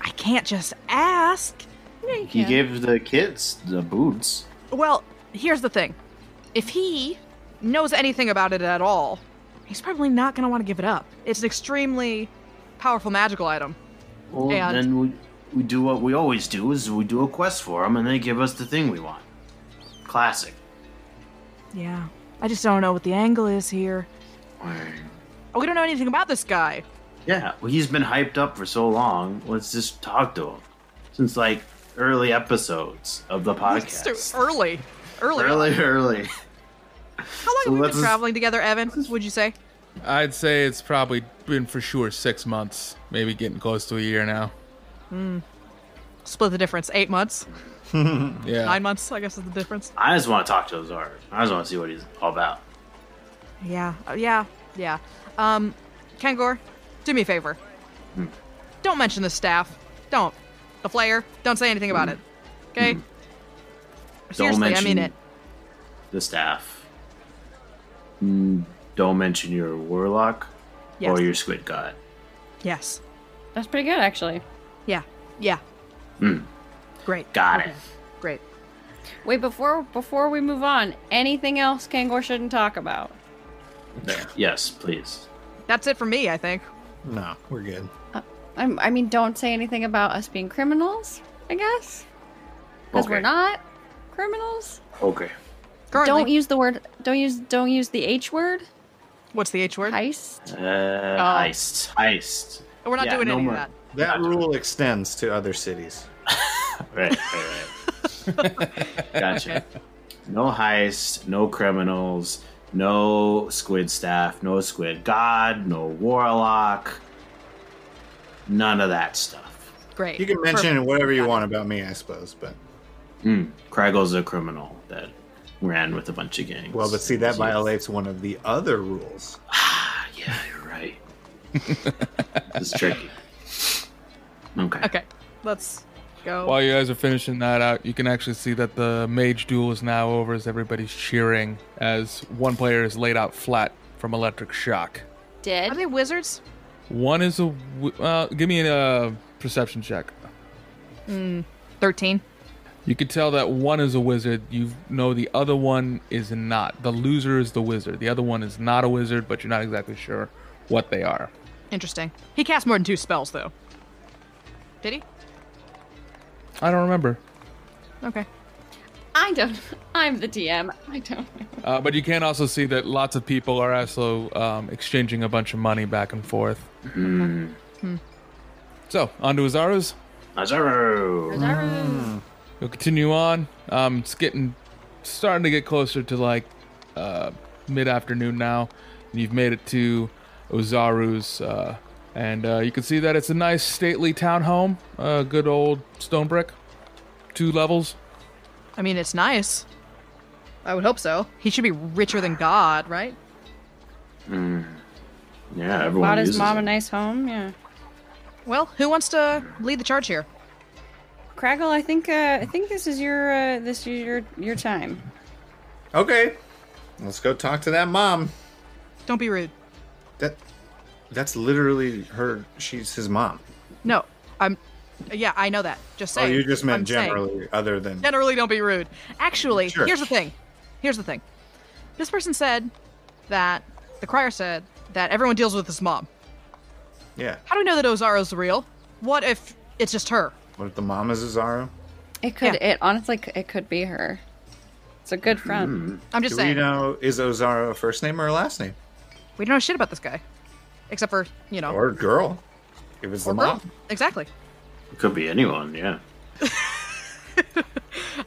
Speaker 4: I can't just ask.
Speaker 5: He gave the kids the boots.
Speaker 4: Well, here's the thing. If he knows anything about it at all, he's probably not going to want to give it up. It's an extremely powerful magical item.
Speaker 5: Well,
Speaker 4: And-
Speaker 5: then we, we do what we always do is we do a quest for them and they give us the thing we want. Classic.
Speaker 4: Yeah. I just don't know what the angle is here. Oh, we don't know anything about this guy.
Speaker 5: Yeah, well, he's been hyped up for so long. Let's just talk to him. Since like early episodes of the
Speaker 4: It's too
Speaker 5: podcast.
Speaker 4: early. Early.
Speaker 5: early, early. [laughs]
Speaker 4: How long
Speaker 5: So
Speaker 4: have
Speaker 5: let's
Speaker 4: we been
Speaker 5: just-
Speaker 4: traveling together, Evan? Would you say?
Speaker 1: I'd say it's probably been for sure six months, maybe getting close to a year now.
Speaker 4: Split the difference. Eight months.
Speaker 1: Yeah.
Speaker 4: Nine months, I guess, is the difference.
Speaker 5: I just want to talk to Azar. I just want to see what he's all about.
Speaker 4: Yeah, uh, yeah, yeah. Um, Kangor, do me a favor.
Speaker 5: Hmm.
Speaker 4: Don't mention the staff. Don't. The flare. Don't say anything about it. Okay? Seriously,
Speaker 5: Hmm. Don't
Speaker 4: I
Speaker 5: mention
Speaker 4: mean it.
Speaker 5: The staff. Mm, Don't mention your warlock
Speaker 4: Yes.
Speaker 5: or your squid god.
Speaker 4: Yes.
Speaker 2: That's pretty good, actually.
Speaker 4: Yeah. Yeah. Great.
Speaker 5: Hmm. Got
Speaker 4: Okay.
Speaker 5: it.
Speaker 4: Great.
Speaker 2: Wait, before before we move on, anything else Kangor shouldn't talk about?
Speaker 5: There. Yes, please.
Speaker 4: That's it for me, I think.
Speaker 3: No, we're good.
Speaker 2: I'm, I mean, don't say anything about us being criminals. I guess because we're
Speaker 5: Okay.
Speaker 2: not criminals.
Speaker 5: Okay.
Speaker 4: Currently,
Speaker 2: Don't use the word. Don't use. Don't use the H word.
Speaker 4: what's the H word?
Speaker 2: Heist.
Speaker 5: Uh, heist. Heist.
Speaker 4: We're not
Speaker 5: Yeah,
Speaker 4: doing
Speaker 5: no
Speaker 4: any
Speaker 5: more.
Speaker 4: of that.
Speaker 3: That rule extends to other cities.
Speaker 5: Right, right, right. gotcha. No heist, no criminals, no squid staff, no squid god, no warlock. None of that stuff.
Speaker 4: Great.
Speaker 3: You can mention whatever you want about me, I suppose. But
Speaker 5: Mm. Kragel's a criminal that ran with a bunch of gangs.
Speaker 3: well, but see, that
Speaker 5: So-
Speaker 3: violates one of the other rules.
Speaker 5: Ah, yeah, you're right. this is tricky. Okay.
Speaker 4: Okay. Let's go.
Speaker 1: While you guys are finishing that out, you can actually see that the mage duel is now over as everybody's cheering as one player is laid out flat from electric shock.
Speaker 4: Are
Speaker 2: Dead.
Speaker 4: they wizards?
Speaker 1: One is a. w- Uh, give me a uh, perception check.
Speaker 4: 13.
Speaker 1: You could tell that one is a wizard. You know the other one is not. The loser is the wizard. The other one is not a wizard, but you're not exactly sure what they are.
Speaker 4: Interesting. He cast more than two spells, though. Did he?
Speaker 1: I don't remember.
Speaker 4: Okay.
Speaker 6: I
Speaker 2: [laughs]
Speaker 6: don't. I'm the DM. I don't know.
Speaker 1: Uh, but you can also see that lots of people are also um, exchanging a bunch of money back and forth. Hmm. So, on to Azaru's.
Speaker 5: Nazaru.
Speaker 1: We'll continue on. Um, it's getting starting to get closer to like uh, mid afternoon now. And you've made it to Ozaru's, uh, and uh, you can see that it's a nice, stately townhome. Uh, good old stone brick, two levels.
Speaker 4: I mean, it's nice. I would hope so. He should be richer than God, right?
Speaker 5: Yeah, everyone
Speaker 6: Bought his
Speaker 5: uses
Speaker 6: mom
Speaker 5: it.
Speaker 6: a nice home. Yeah.
Speaker 4: Well, who wants to lead the charge here?
Speaker 6: Craggle, I think uh, I think this is your uh, this is your your time.
Speaker 3: Okay, let's go talk to that mom.
Speaker 4: Don't be rude.
Speaker 3: That that's literally her. She's his mom.
Speaker 4: No, I'm. Yeah, I know that. Just
Speaker 3: Oh,
Speaker 4: saying.
Speaker 3: you just meant
Speaker 4: I'm saying.
Speaker 3: generally, other than
Speaker 4: Generally, don't be rude. Actually,
Speaker 3: Sure.
Speaker 4: here's the thing. Here's the thing. This person said that the crier said that everyone deals with his mom.
Speaker 3: yeah.
Speaker 4: How do we know that Ozaro's real? What if it's just her?
Speaker 3: What if the mom is Azaro?
Speaker 6: It could.
Speaker 4: Yeah.
Speaker 6: It honestly, c- it could be her. It's a good friend.
Speaker 4: I'm just
Speaker 3: Do we
Speaker 4: saying.
Speaker 3: know is Ozaro a first name or a last name
Speaker 4: We don't know shit about this guy, except for you know.
Speaker 3: or girl? If it's the
Speaker 4: or
Speaker 3: mom,
Speaker 4: girl. Exactly.
Speaker 5: It could be anyone, yeah.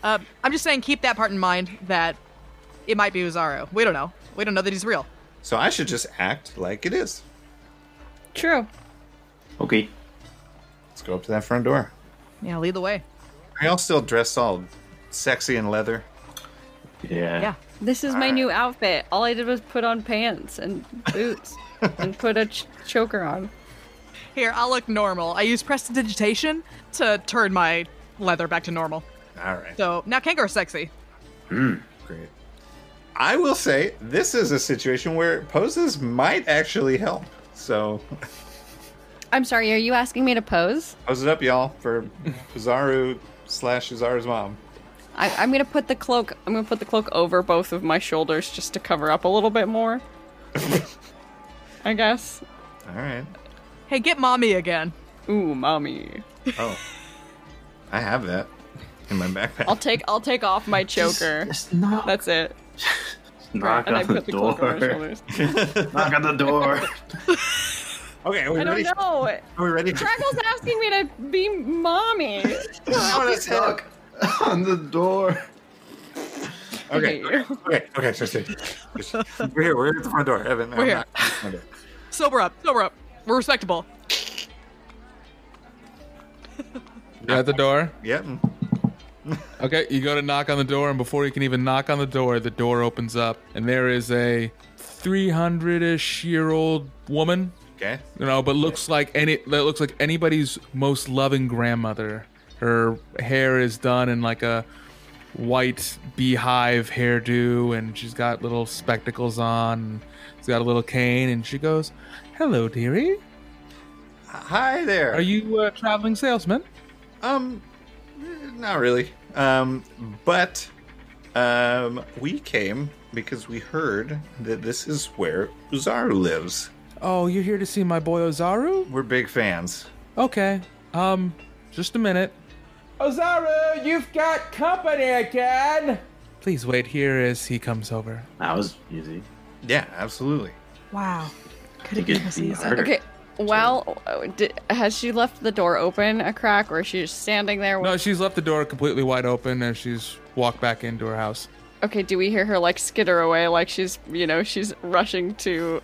Speaker 4: I'm just saying, keep that part in mind that it might be Uzaro. We don't know. We don't know that he's real.
Speaker 3: so I should just act like it is.
Speaker 6: True.
Speaker 5: Okay.
Speaker 3: Let's go up to that front door.
Speaker 4: Yeah, lead the way.
Speaker 3: Are y'all still dressed all sexy and leather?
Speaker 5: Yeah.
Speaker 4: Yeah.
Speaker 2: This is my new outfit. All I did was put on pants and boots
Speaker 6: And put a ch- choker on.
Speaker 4: Here, I'll look normal. I use prestidigitation to turn my leather back to normal.
Speaker 3: All right,
Speaker 4: So now Kangaroo's sexy.
Speaker 3: great. I will say this is a situation where poses might actually help. So [laughs]
Speaker 6: I'm sorry. Are you asking me to pose?
Speaker 3: pose it up, y'all,
Speaker 2: [laughs]
Speaker 3: for Zaru slash Zaru's mom.
Speaker 2: I, I'm gonna put the cloak. I'm gonna put the cloak over both of my shoulders just to cover up a little bit
Speaker 5: [laughs]
Speaker 2: more. I guess.
Speaker 3: All right.
Speaker 4: Hey, get mommy again.
Speaker 2: Ooh, mommy.
Speaker 3: Oh, I have that in my backpack.
Speaker 2: I'll take. I'll take off my choker.
Speaker 5: Just knock,
Speaker 2: That's it.
Speaker 5: knock
Speaker 2: and I
Speaker 5: on the
Speaker 2: put the cloak over my
Speaker 5: door. [laughs]
Speaker 2: shoulders.
Speaker 5: knock on the door.
Speaker 3: okay, are we
Speaker 2: I don't
Speaker 3: ready?
Speaker 2: know.
Speaker 3: Are we ready? [laughs]
Speaker 2: Craggle's asking me to be mommy.
Speaker 5: [laughs] [laughs]
Speaker 3: Let's
Speaker 5: knock on the door.
Speaker 3: Okay. Okay. Okay. Okay. Just, just,
Speaker 2: [laughs]
Speaker 3: we're here. We're at the front door. Evan. I'm
Speaker 4: here.
Speaker 3: not- I'm not-
Speaker 4: Sober up. Sober up. We're respectable.
Speaker 1: You're at the door.
Speaker 3: Yep.
Speaker 1: Okay, you go to knock on the door, and before you can even knock on the door, the door opens up, and there is a 300 ish year old woman,
Speaker 3: Okay.
Speaker 1: you know, but looks like any that looks like anybody's most loving grandmother. Her hair is done in like a white beehive hairdo, and she's got little spectacles on. And she's got a little cane, and she goes, "Hello, dearie.
Speaker 3: Hi there.
Speaker 1: Are you a traveling salesman?"
Speaker 3: Um, eh, not really. Um, but um, we came because we heard that this is where Uzaru lives.
Speaker 1: Oh, you're here to see my boy Ozaru.
Speaker 3: We're big fans.
Speaker 1: Okay. Um, just a minute. Ozaru, you've got company again. Please wait here as he comes over.
Speaker 5: That was easy.
Speaker 3: Yeah, absolutely.
Speaker 4: Wow.
Speaker 5: I think it'd be harder.
Speaker 2: Okay. Well, d has she left the door open a crack, or is she just standing there? With,
Speaker 1: No, she's left the door completely wide open and she's walked back into her house.
Speaker 2: Okay, do we hear her like skitter away, like she's you know she's rushing to?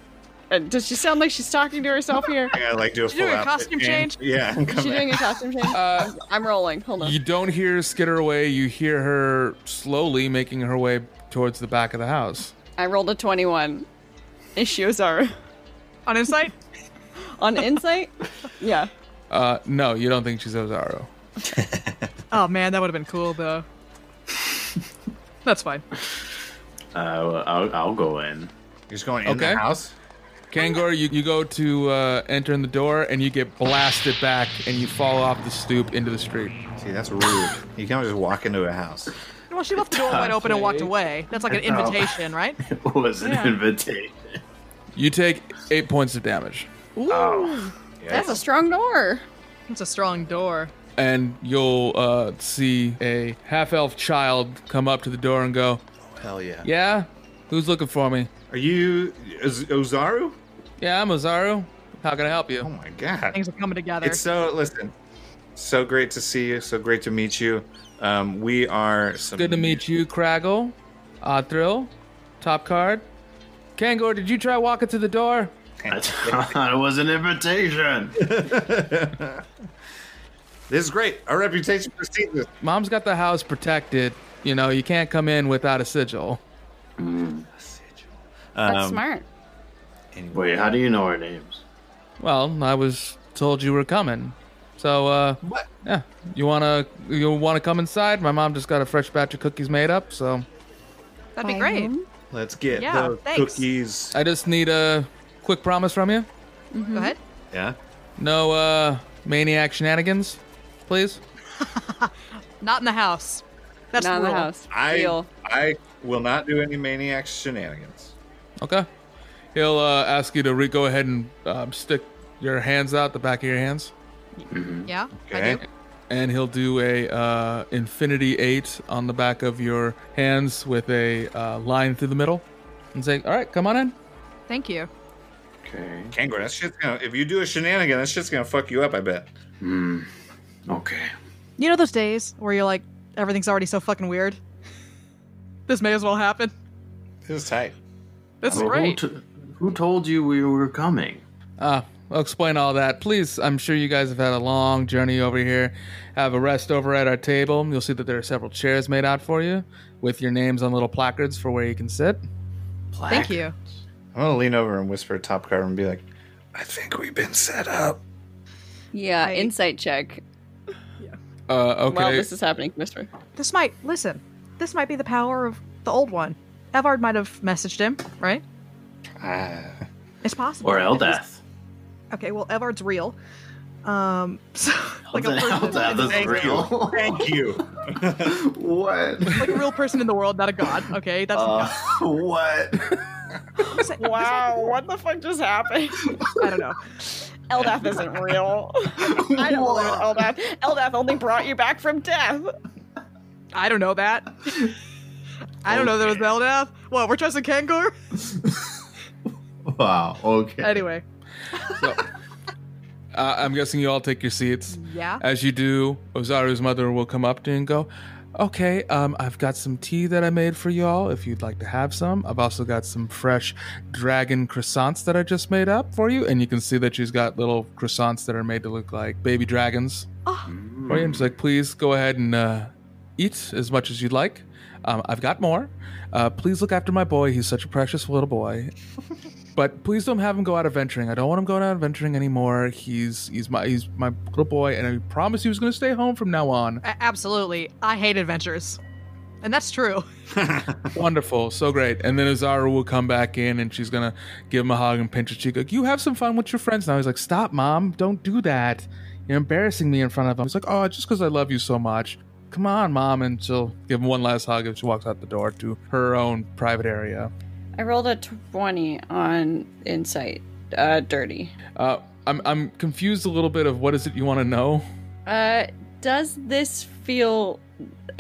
Speaker 2: And does she sound like she's talking to herself
Speaker 6: [laughs]
Speaker 2: here?
Speaker 3: I gotta like do a
Speaker 4: you
Speaker 3: full
Speaker 4: do a
Speaker 3: outfit
Speaker 4: costume change?
Speaker 3: Yeah. and
Speaker 2: Is
Speaker 3: come
Speaker 2: she
Speaker 3: back.
Speaker 2: doing a costume change?
Speaker 1: Uh,
Speaker 2: I'm rolling. Hold on.
Speaker 1: you don't hear her skitter away. You hear her slowly making her way towards the back of the house.
Speaker 2: I rolled a 21. Issues are [laughs]
Speaker 4: On insight?
Speaker 2: on
Speaker 6: [laughs]
Speaker 2: insight. Yeah.
Speaker 1: Uh, no, you don't think she's Ozaru.
Speaker 4: oh man, that would have been cool though. That's fine.
Speaker 5: Uh, I'll, I'll go in. [laughs]
Speaker 3: You're just going in
Speaker 1: Okay.
Speaker 3: the house.
Speaker 1: Kangor, you, you go to uh, enter in the door and you get blasted back and you fall off the stoop into the street.
Speaker 3: See, that's rude. you can't just walk into a house.
Speaker 4: Well, she left the door wide open and walked away. That's like an
Speaker 5: No.
Speaker 4: invitation, right?
Speaker 5: It was an
Speaker 2: Yeah.
Speaker 5: invitation. [laughs]
Speaker 1: You take eight points of damage.
Speaker 2: Ooh, that's a strong door.
Speaker 4: It's a strong door.
Speaker 1: and you'll uh, see a half elf child come up to the door and go,
Speaker 3: Hell yeah.
Speaker 1: Yeah? Who's looking for me?
Speaker 3: Are you Oz- Ozaru?
Speaker 1: Yeah, I'm Ozaru. How can I help
Speaker 3: Oh
Speaker 1: you?
Speaker 3: my god.
Speaker 4: Things are coming together.
Speaker 3: It's so listen. So great to see you. So great to meet you. Um, we are some
Speaker 1: Good to meet you, Craggle, Othrill, Top Card. Kangor, did you try walking to the door?
Speaker 5: it was an invitation.
Speaker 3: This is great. Our reputation precedes us.
Speaker 1: Mom's got the house protected. You know, you can't come in without a sigil.
Speaker 2: That's
Speaker 3: Um,
Speaker 2: smart.
Speaker 5: Wait, how do you know our names?
Speaker 1: Well, I was told you were coming. So, uh,
Speaker 3: What?
Speaker 1: yeah, you wanna you wanna come inside? My mom just got a fresh batch of cookies made up, so
Speaker 4: That'd be great.
Speaker 3: Let's get
Speaker 4: Yeah,
Speaker 3: those
Speaker 4: thanks.
Speaker 3: cookies.
Speaker 1: I just need a quick promise from you.
Speaker 4: Go ahead.
Speaker 3: Yeah.
Speaker 1: No uh maniac shenanigans, please.
Speaker 4: Not in the house. That's
Speaker 2: Not in
Speaker 4: the
Speaker 2: the
Speaker 4: rule.
Speaker 2: house.
Speaker 3: I
Speaker 2: Real.
Speaker 3: I will not do any maniac shenanigans.
Speaker 1: Okay. He'll uh, ask you to re- go ahead and uh, stick your hands out the back of your hands,
Speaker 4: Yeah. I
Speaker 3: Okay.
Speaker 4: do.
Speaker 1: and he'll do a uh, infinity eight on the back of your hands with a uh, line through the middle, and say, "All right, come on in."
Speaker 4: Thank you.
Speaker 5: Okay.
Speaker 3: Kangor, that shit's gonna. If you do a shenanigan, that shit's gonna fuck you up. I bet.
Speaker 5: Okay.
Speaker 4: You know those days where you're like, everything's already so fucking weird. This may as well happen.
Speaker 3: This is tight.
Speaker 4: This is
Speaker 5: Well,
Speaker 4: great.
Speaker 5: Who, t- who told you we were coming?
Speaker 1: Ah, I'll explain all that. Please, I'm sure you guys have had a long journey over here. Have a rest over at our table. You'll see that there are several chairs made out for you with your names on little placards for where you can sit.
Speaker 4: Thank you.
Speaker 3: I'm gonna lean over and whisper top card and be like, "I think we've been set up."
Speaker 2: Yeah,
Speaker 4: I-
Speaker 2: insight check.
Speaker 1: Uh, okay.
Speaker 2: While this is happening, Mister.
Speaker 4: This might listen. This might be the power of the old one. Evard might have messaged him, right?
Speaker 3: Ah.
Speaker 4: It's possible.
Speaker 5: Or
Speaker 4: If he's-
Speaker 5: Eldath.
Speaker 4: Okay, well, Evard's real. Um, [laughs] so like a person,
Speaker 5: Eldath is real.
Speaker 3: Thank you.
Speaker 5: [laughs] what?
Speaker 4: like a real person in the world, not a god. Okay, that's
Speaker 5: Uh, [laughs] what?
Speaker 6: Wow, what the fuck just happened?
Speaker 2: [laughs]
Speaker 4: I don't know.
Speaker 6: Eldath isn't real. I [laughs] don't believe in
Speaker 5: What?
Speaker 6: Eldath. Eldath only brought you back from death.
Speaker 4: I don't
Speaker 5: [laughs]
Speaker 4: know that. I don't know there was Eldath. What? We're trusting Kangor.
Speaker 5: Wow. Okay.
Speaker 4: [laughs] Anyway,
Speaker 1: So, uh, I'm guessing you all take your seats.
Speaker 4: yeah.
Speaker 1: As you do, Ozaru's mother will come up to you and go, Okay, um, I've got some tea that I made for y'all if you'd like to have some. I've also got some fresh dragon croissants that I just made up for you. And you can see that she's got little croissants that are made to look like baby dragons. for you. And she's like, Please go ahead and uh, eat as much as you'd like. Um, I've got more. Uh, please look after my boy. He's such a precious little boy. But please don't have him go out adventuring. I don't want him going out adventuring anymore. He's he's my he's my little boy, and I promised he was going to stay home from now
Speaker 4: [laughs]
Speaker 1: on.
Speaker 4: A- absolutely. I hate adventures, and that's [laughs] true.
Speaker 1: Wonderful, so great. And then Azara will come back in, and she's going to give him a hug and pinch his cheek. Like, you have some fun with your friends now. He's like, stop, mom, don't do that. You're embarrassing me in front of him. He's like, oh, just because I love you so much. Come on, mom, and she'll give him one last hug, and she walks out the door to her own private area.
Speaker 2: I rolled a twenty on insight. Uh, dirty.
Speaker 1: Uh, I'm I'm confused a little bit of what is it you want to know.
Speaker 2: Uh, does this feel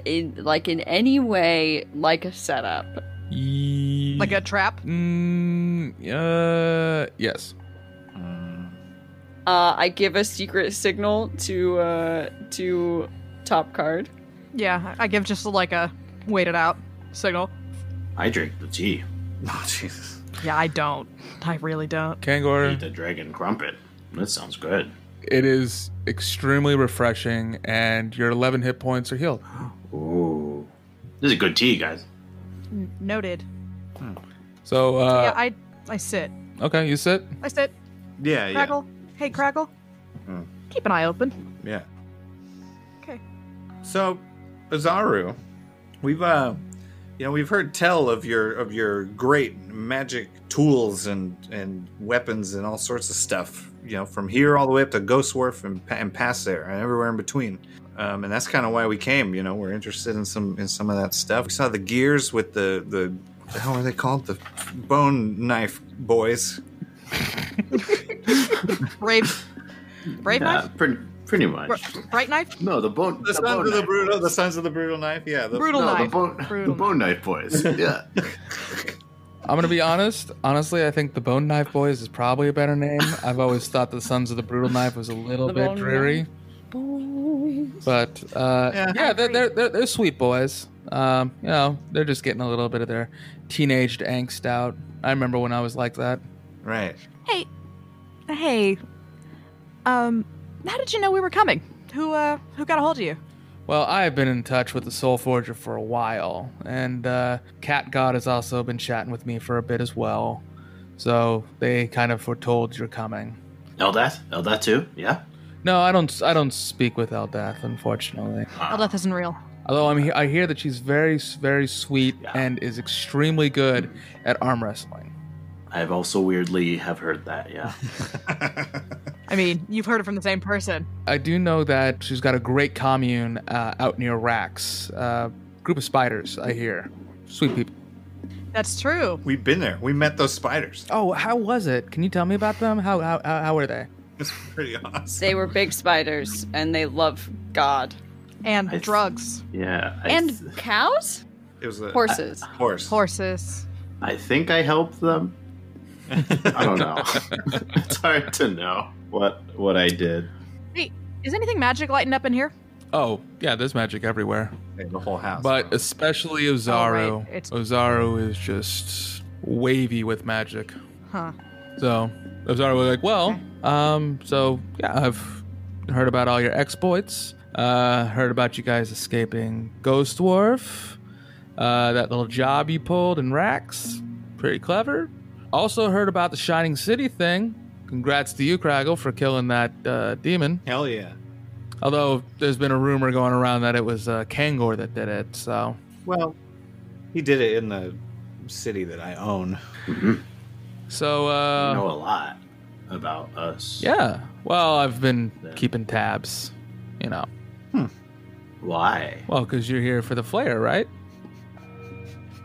Speaker 2: in, like in any way like a setup?
Speaker 4: Like a trap.
Speaker 1: Mm, uh, yes.
Speaker 2: Uh, I give a secret signal to uh to top card.
Speaker 4: Yeah, I give just like a wait it out signal.
Speaker 5: I drink the tea.
Speaker 3: [laughs] Oh Jesus.
Speaker 4: Yeah, I don't. I really don't.
Speaker 1: Kangor,
Speaker 5: Eat the dragon crumpet. That sounds good.
Speaker 1: it is extremely refreshing, and your 11 hit points are healed.
Speaker 5: Ooh. This is good tea, guys.
Speaker 4: N- noted.
Speaker 1: So, uh,
Speaker 4: yeah, I I sit.
Speaker 1: okay, you sit.
Speaker 4: I sit.
Speaker 3: Yeah. Yeah.
Speaker 4: Craggle. Hey, Craggle.
Speaker 3: Hmm.
Speaker 4: Keep an eye open.
Speaker 3: Yeah.
Speaker 4: Okay.
Speaker 3: So, Azaru, we've uh, you know, we've heard tell of your of your great magic tools and and weapons and all sorts of stuff. You know, from here all the way up to Ghostwarf and pa- and past there and everywhere in between. Um, and that's kind of why we came. You know, we're interested in some in some of that stuff. We saw the gears with the the what the hell are they called? The bone knife boys.
Speaker 4: Brave. Brave
Speaker 5: yeah,
Speaker 4: knife.
Speaker 3: [laughs]
Speaker 5: pretty, Pretty much.
Speaker 4: R- right knife?
Speaker 5: No, the bone.
Speaker 3: The
Speaker 5: the
Speaker 3: sons
Speaker 5: bone
Speaker 3: of the
Speaker 5: knife.
Speaker 3: brutal, the sons of the brutal knife. Yeah, the,
Speaker 4: Brutal
Speaker 5: No, the
Speaker 4: knife.
Speaker 5: bone.
Speaker 4: Brutal
Speaker 5: The bone knife boys. Yeah.
Speaker 1: I'm gonna be honest. Honestly, I think the Bone Knife Boys is probably a better name. I've always thought the Sons of the Brutal Knife was a little
Speaker 6: The
Speaker 1: bit
Speaker 6: Bone
Speaker 1: dreary, but uh, yeah,
Speaker 3: Yeah.
Speaker 1: they're, they're they're they're sweet boys. Um, you know, they're just getting a little bit of their teenaged angst out. I remember when I was like that.
Speaker 3: right. [laughs]
Speaker 4: Hey, hey. Um, how did you know we were coming? Who uh, who got a hold of you?
Speaker 1: Well, I have been in touch with the Soul Forger for a while, and uh, Cat God has also been chatting with me for a bit as well. So they kind of foretold your coming.
Speaker 5: Eldat. Eldat too. Yeah.
Speaker 1: No, I don't. I don't speak with Eldath, unfortunately.
Speaker 4: Eldath Oh, isn't real.
Speaker 1: Although I'm, he- I hear that she's very, s- very sweet
Speaker 5: Yeah.
Speaker 1: and is extremely good at arm wrestling.
Speaker 5: I've also weirdly have heard that. Yeah.
Speaker 4: I mean, you've heard it from the same person.
Speaker 1: I do know that she's got a great commune uh, out near Rax. Uh, group of spiders, I hear. Sweet people.
Speaker 4: That's true.
Speaker 3: We've been there. We met those spiders. [laughs]
Speaker 1: Oh, how was it? Can you tell me about them? How how how, how were they?
Speaker 3: It's pretty awesome.
Speaker 2: They were big spiders and they love God.
Speaker 4: And
Speaker 5: I-
Speaker 4: drugs,
Speaker 5: [laughs] Yeah. I
Speaker 2: And
Speaker 5: th-
Speaker 2: cows?
Speaker 3: It was a
Speaker 2: Horses.
Speaker 3: horse.
Speaker 4: horses.
Speaker 5: I think I helped them. I don't know. [laughs] it's hard to know what what I did.
Speaker 4: Hey, is anything magic lighting up in here?
Speaker 1: Oh yeah, there's magic everywhere,
Speaker 3: The whole house.
Speaker 1: but especially Ozaru.
Speaker 4: Oh, right. It's-
Speaker 1: Ozaru is just wavy with magic.
Speaker 4: Huh.
Speaker 1: So Ozaru was like, "Well, um, so yeah, I've heard about all your exploits. Uh, heard about you guys escaping Ghost Dwarf. Uh, that little job you pulled in Rax, pretty clever. Also heard about the Shining City thing. Congrats to you, Craggle, for killing that uh, demon.
Speaker 3: hell yeah.
Speaker 1: Although there's been a rumor going around that it was uh, Kangor that did it. So
Speaker 3: Well, he did it in the city that I own.
Speaker 1: so uh,
Speaker 5: You know a lot about us.
Speaker 1: yeah. Well, I've been
Speaker 5: Yeah.
Speaker 1: keeping tabs. You know,
Speaker 5: Why?
Speaker 1: well, because you're here for the flare, right?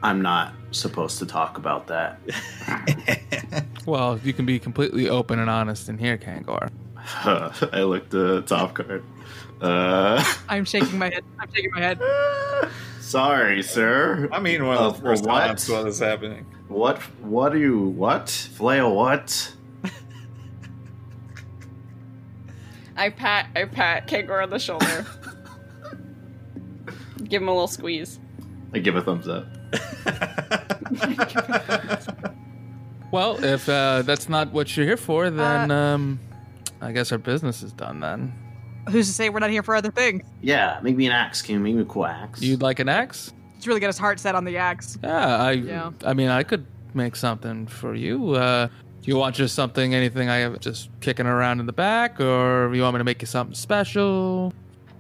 Speaker 5: I'm not supposed to talk about that.
Speaker 1: Well, you can be completely open and honest in here, Kangor.
Speaker 5: [laughs] I looked at top card. Uh, [laughs]
Speaker 4: I'm shaking my head. I'm shaking my head.
Speaker 5: sorry, sir.
Speaker 3: I mean, one
Speaker 5: Uh,
Speaker 3: of the first
Speaker 5: what?
Speaker 3: times while this [laughs] happening.
Speaker 5: What? What are you? What? Flail? What?
Speaker 2: I pat I pat Kangor on the shoulder. Give him a little squeeze.
Speaker 5: I give a thumbs up.
Speaker 1: Well, if uh, that's not what you're here for, then um, I guess our business is done. Then
Speaker 4: Who's to say we're not here for other things?
Speaker 5: Yeah, make me an axe, can you? Make me a cool axe.
Speaker 1: you'd like an axe?
Speaker 4: It's really got his heart set on the axe.
Speaker 1: Yeah, I.
Speaker 4: Yeah.
Speaker 1: I mean, I could make something for you. Uh, do you want just something, anything I have just kicking around in the back, or you want me to make you something special?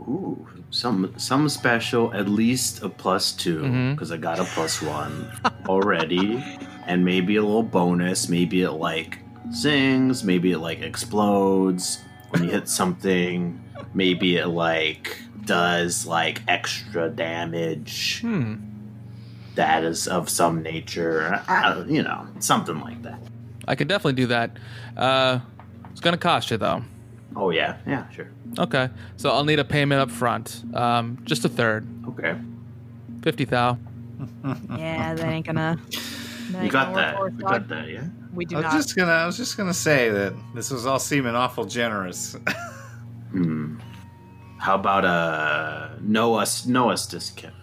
Speaker 5: Ooh, some some special, at least a plus two,
Speaker 1: Mhm.
Speaker 5: because I got a plus one already, and maybe a little bonus. Maybe it like sings. Maybe it like explodes when you hit something. Maybe it like does like extra damage
Speaker 1: Hmm.
Speaker 5: that is of some nature. I don't, you know, something like that.
Speaker 1: I could definitely do that. Uh, it's gonna cost you though.
Speaker 5: Oh yeah, yeah, sure,
Speaker 1: Okay, so I'll need a payment up front. Um, just a third,
Speaker 5: okay.
Speaker 1: fifty thou.
Speaker 4: Yeah, that ain't gonna.
Speaker 5: You got that. You got that. Yeah.
Speaker 4: We do
Speaker 3: I was
Speaker 4: not.
Speaker 3: just gonna. I was just gonna say that this was all seeming awful generous. [laughs]
Speaker 5: Hmm. How about uh Noah Noah's discount?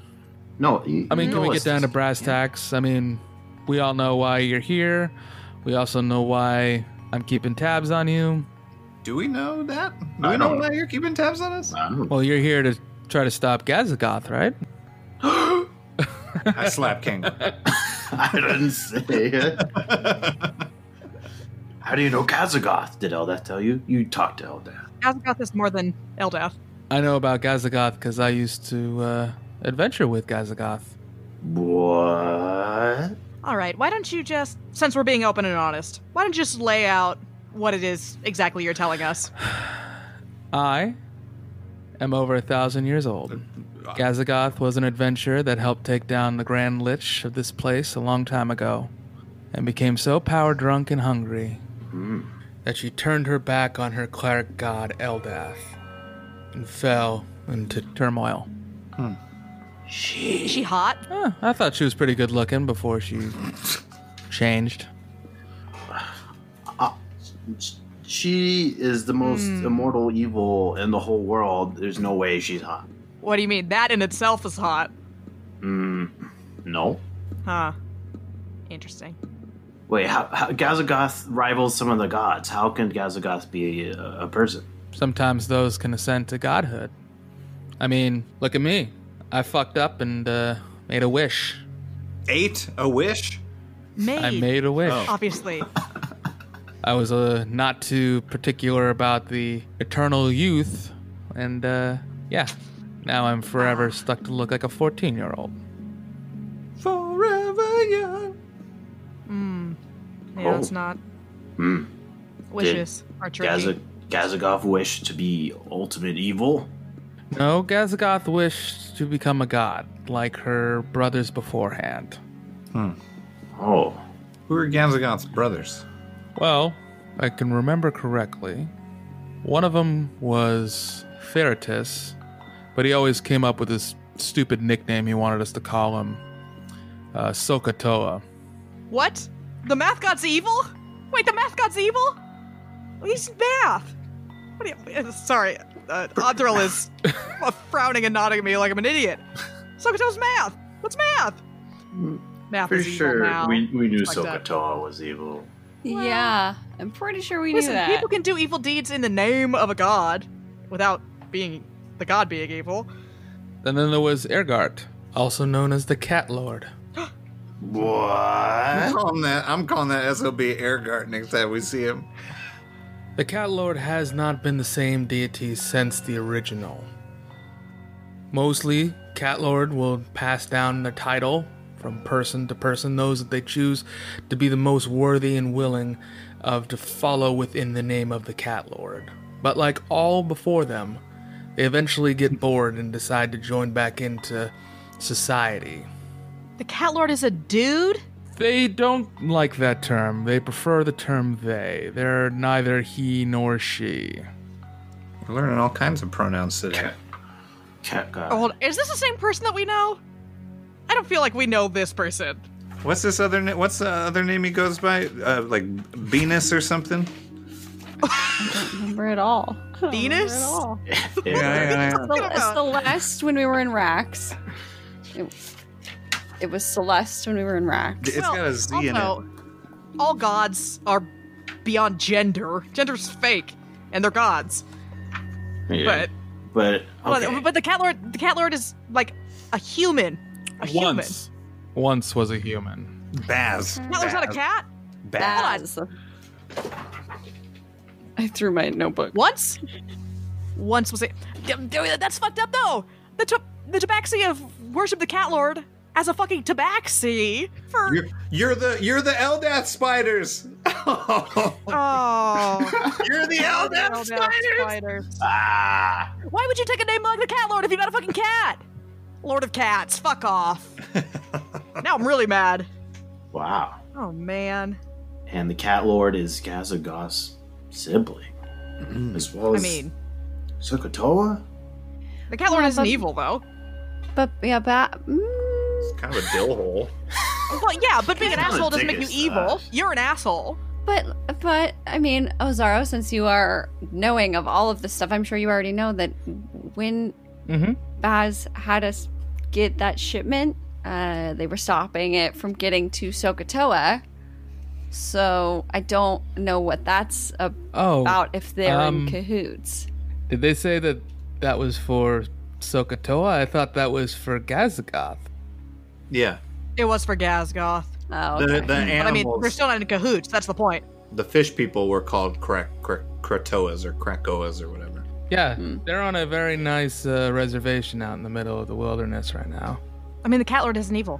Speaker 5: No,
Speaker 1: I mean, can we get down to brass tacks? I mean, we all know why you're here. We also know why I'm keeping tabs on you.
Speaker 3: Do we know that? Do
Speaker 5: I
Speaker 3: we know
Speaker 5: don't-
Speaker 3: why you're keeping tabs on us?
Speaker 1: Well, you're here to try to stop Gazagoth, right?
Speaker 3: [laughs] I slap
Speaker 5: [laughs]
Speaker 3: King.
Speaker 5: I didn't say it. How do you know Kazagoth? Did Eldath tell you? You talked to Eldath.
Speaker 4: Gazagoth got this more than Eldath.
Speaker 1: I know about Gazagoth because I used to uh, adventure with Gazagoth.
Speaker 5: What?
Speaker 4: All right, why don't you just, since we're being open and honest, why don't you just lay out what it is exactly you're telling us?
Speaker 1: I am over a thousand years old. Gazagoth was an adventurer that helped take down the Grand Lich of this place a long time ago, and became so power drunk and Hmm. hungry that she turned her back on her cleric god Eldath and fell into turmoil.
Speaker 4: Is she hot?
Speaker 1: Huh, I thought she was pretty good looking before [laughs] she changed.
Speaker 5: She is the most immortal evil in the whole world. There's no way she's hot.
Speaker 4: What do you mean? That in itself is hot.
Speaker 5: No.
Speaker 4: Huh. Interesting.
Speaker 5: Wait, how, how Gazagoth rivals some of the gods. How can Gazagoth be a, a person?
Speaker 1: Sometimes those can ascend to godhood. I mean, look at me. I fucked up and uh, made a wish.
Speaker 3: [laughs] Eight a wish.
Speaker 4: Made.
Speaker 1: I made a wish.
Speaker 4: Obviously.
Speaker 1: I was uh, not too particular about the eternal youth, and uh, yeah, now I'm forever stuck to look like a 14 year old.
Speaker 3: Forever young.
Speaker 4: Yeah,
Speaker 5: Oh.
Speaker 4: it's not. Wishes are tricky.
Speaker 5: Hmm. Gaza, Gazagoth wished to be ultimate evil.
Speaker 1: No, Gazagoth wished to become a god, like her brothers beforehand.
Speaker 5: Oh,
Speaker 3: Who are Ganzagoth's brothers?
Speaker 1: Well, I can remember correctly. One of them was Ferretus, but he always came up with this stupid nickname he wanted us to call him uh, Sokotoa.
Speaker 4: What? The math god's evil? Wait, the math god's evil? He's math. What do you, uh, sorry, uh, Othril
Speaker 5: [laughs]
Speaker 4: is uh, frowning and nodding at me like I'm an idiot. Sokoto's math. What's math? Math
Speaker 5: pretty
Speaker 4: is evil
Speaker 5: sure
Speaker 4: now.
Speaker 5: we, we knew
Speaker 4: Fucked up.
Speaker 5: Sokotoa was evil.
Speaker 2: yeah, I'm pretty sure we
Speaker 4: Listen,
Speaker 2: knew that.
Speaker 4: people can do evil deeds in the name of a god without being the god being evil.
Speaker 1: And then there was Ergart, also known as the Cat Lord.
Speaker 5: What?
Speaker 3: I'm calling that. I'm calling that sob Airgart next time we see him.
Speaker 1: The Cat Lord has not been the same deity since the original. Mostly, Cat Lord will pass down their title from person to person, those that they choose to be the most worthy and willing of to follow within the name of the Cat Lord. But like all before them, they eventually get bored and decide to join back into society.
Speaker 4: The cat lord is a dude.
Speaker 1: They don't like that term. They prefer the term they. They're neither he nor she.
Speaker 3: We're learning all kinds of pronouns today.
Speaker 5: Cat, cat god.
Speaker 4: Oh, hold on. Is this the same person that we know? I don't feel like we know this person.
Speaker 3: What's this other? Na- what's the other name he goes by? Uh, like Venus or something?
Speaker 2: remember it all. [laughs]
Speaker 4: Venus? [laughs]
Speaker 5: Yeah.
Speaker 2: The, it's Celeste when we were in Rax. It, it was Celeste when we were in Rax.
Speaker 3: It's got a Z in it.
Speaker 4: also, All gods are beyond gender. Gender's fake, and they're gods.
Speaker 5: Yeah. But
Speaker 4: But
Speaker 5: okay.
Speaker 4: but the cat lord the cat lord is like a human. A human.
Speaker 1: Once. Once was a human.
Speaker 3: Baz.
Speaker 4: Cat lord's not a
Speaker 3: Baz.
Speaker 4: cat.
Speaker 3: Baz.
Speaker 2: Baz. I threw my notebook.
Speaker 4: Once. Once was it? Th- th- That's fucked up though. The to- the tabaxi of worship the cat lord as a fucking tabaxi for
Speaker 3: You're, you're the you're the Eldath spiders. [laughs]
Speaker 4: oh.
Speaker 3: you're the Eldath spiders.
Speaker 5: ah,
Speaker 4: Why would you take a name like the Cat Lord if you're not a fucking cat? Lord of Cats, fuck
Speaker 5: [laughs]
Speaker 4: off. now I'm really mad.
Speaker 5: wow.
Speaker 4: Oh man.
Speaker 5: And the cat lord is Gazagoth's sibling, as well
Speaker 4: I
Speaker 5: as
Speaker 4: mean,
Speaker 5: Sokotoa.
Speaker 4: the Cat Lord
Speaker 2: Yeah,
Speaker 4: isn't
Speaker 2: but-
Speaker 4: evil though.
Speaker 2: But yeah, ba- mm,
Speaker 3: It's kind of a dill hole.
Speaker 4: Well, yeah, but being an
Speaker 5: It's not
Speaker 4: asshole
Speaker 5: the
Speaker 4: doesn't make you
Speaker 5: biggest,
Speaker 4: evil.
Speaker 5: uh,
Speaker 4: You're an asshole.
Speaker 2: but but I mean, Ozaro, since you are knowing of all of this stuff, I'm sure you already know that when
Speaker 1: Mm-hmm.
Speaker 2: Baz had us get that shipment, uh, they were stopping it from getting to Sokotoa. So I don't know what that's about
Speaker 1: Oh,
Speaker 2: if they're
Speaker 1: um,
Speaker 2: in cahoots.
Speaker 1: did they say that that was for Sokotoa? I thought that was for Gazagoth.
Speaker 3: Yeah.
Speaker 4: It was for Gazgoth.
Speaker 2: Oh,
Speaker 3: The,
Speaker 2: okay.
Speaker 3: the
Speaker 4: But I mean,
Speaker 3: animals,
Speaker 4: they're still not in cahoots. That's the point.
Speaker 3: the fish people were called crack, crack, Kratoas or Krakoas or whatever.
Speaker 1: Yeah,
Speaker 4: Hmm.
Speaker 1: they're on a very nice uh, reservation out in the middle of the wilderness right now.
Speaker 4: I mean, the Cat Lord isn't evil.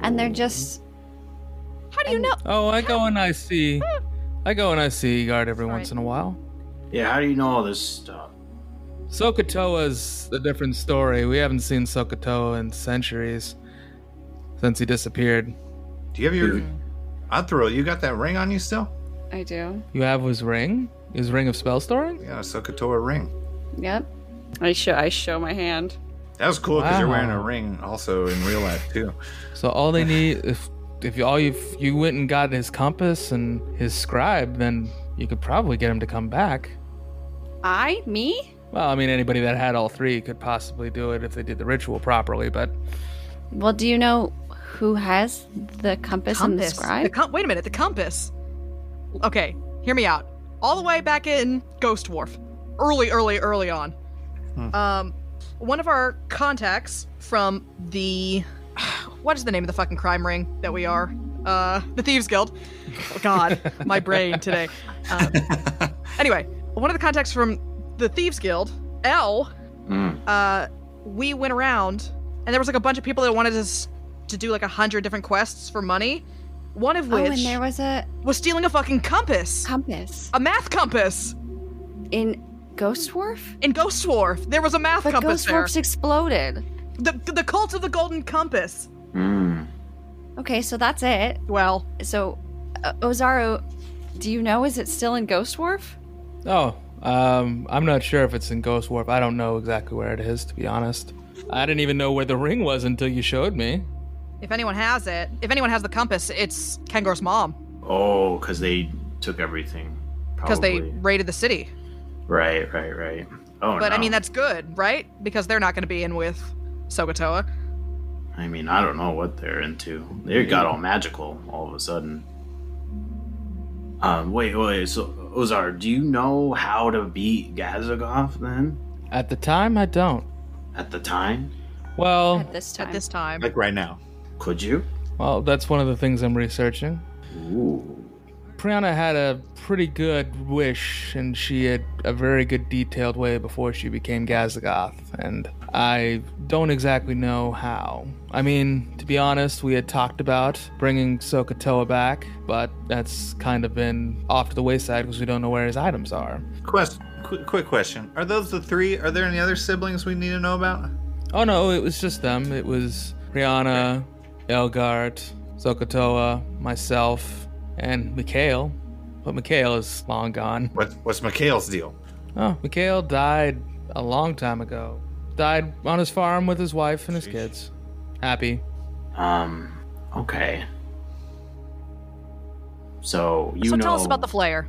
Speaker 2: and they're just
Speaker 4: How do you know?
Speaker 1: Oh, I go and I see. I go and I see guard every once in a while.
Speaker 5: Yeah, how do you know all this stuff?
Speaker 1: Sokotoa's a different story. We haven't seen Sokotoa in centuries since he disappeared.
Speaker 3: Do you have your
Speaker 4: Hmm.
Speaker 3: Othro? You got that ring on you still?
Speaker 2: I do.
Speaker 1: You have his ring? His ring of spell storing?
Speaker 3: Yeah, Sokotoa ring.
Speaker 2: Yep. I show I show my hand.
Speaker 3: That was cool because you're wearing a
Speaker 1: Wow.
Speaker 3: ring also in real life too.
Speaker 1: So all they need, if if you, all you if you went and got his compass and his scribe, then you could probably get him to come back.
Speaker 2: I me?
Speaker 1: Well, I mean, anybody that had all three could possibly do it if they did the ritual properly. But
Speaker 2: Well, do you know who has the compass, and the
Speaker 4: compass. The
Speaker 2: scribe?
Speaker 4: com- wait a minute, the compass. Okay, hear me out. All the way back in Ghost Wharf, early, early, early on. Um, one of our contacts from the what is the name of the fucking crime ring that we are? Uh, the Thieves Guild. Oh, God, my brain today. Um, anyway, one of the contacts from the Thieves Guild, L,
Speaker 5: Mm.
Speaker 4: uh, we went around and there was like a bunch of people that wanted us to do like a hundred different quests for money. One of
Speaker 2: oh,
Speaker 4: which
Speaker 2: and there was a
Speaker 4: was stealing a fucking compass,
Speaker 2: compass
Speaker 4: a math compass
Speaker 2: in Ghost Wharf.
Speaker 4: in Ghost Wharf. There was a math
Speaker 2: But
Speaker 4: compass
Speaker 2: Ghost
Speaker 4: there.
Speaker 2: Wharf's exploded.
Speaker 4: The the cult of the golden compass.
Speaker 5: Mm.
Speaker 2: Okay, so that's it.
Speaker 4: Well,
Speaker 2: So, uh, Ozaru, do you know is it still in Ghost Wharf?
Speaker 1: oh, um, I'm not sure if it's in Ghost Warp. I don't know exactly where it is, to be honest. I didn't even know where the ring was until you showed me.
Speaker 4: if anyone has it, if anyone has the compass, it's Kengor's mom
Speaker 5: Oh, because they took everything.
Speaker 4: because they
Speaker 5: probably.
Speaker 4: raided the city.
Speaker 5: Right, right, right. Oh,
Speaker 4: But I
Speaker 5: no.
Speaker 4: mean, that's good, right? Because they're not going to be in with Sokotoa.
Speaker 5: I mean, I don't know what they're into. They got all magical all of a sudden. Um, wait, wait. So, Ozar, do you know how to beat Gazagov then?
Speaker 1: At the time, I don't.
Speaker 5: At the time,
Speaker 1: Well,
Speaker 2: At this time.
Speaker 4: At this time,
Speaker 3: Like right now.
Speaker 5: could you?
Speaker 1: well, that's one of the things I'm researching.
Speaker 5: Ooh.
Speaker 1: Priyana had a pretty good wish, and she had a very good detailed way before she became Gazagoth, and I don't exactly know how. I mean, to be honest, we had talked about bringing Sokotoa back, but that's kind of been off to the wayside because we don't know where his items are.
Speaker 3: Quest, qu- quick question: Are those the three? Are there any other siblings we need to know about?
Speaker 1: Oh no, it was just them. It was Priyana, Elgart, Sokotoa, myself, and Mikhail. But Mikhail is long gone. [laughs]
Speaker 3: What, what's Mikhail's deal?
Speaker 1: Oh, Mikhail died a long time ago. Died on his farm with his wife and his kids. Happy.
Speaker 5: Um. Okay. So you
Speaker 4: so
Speaker 5: know. Oh,
Speaker 4: tell us about the flare.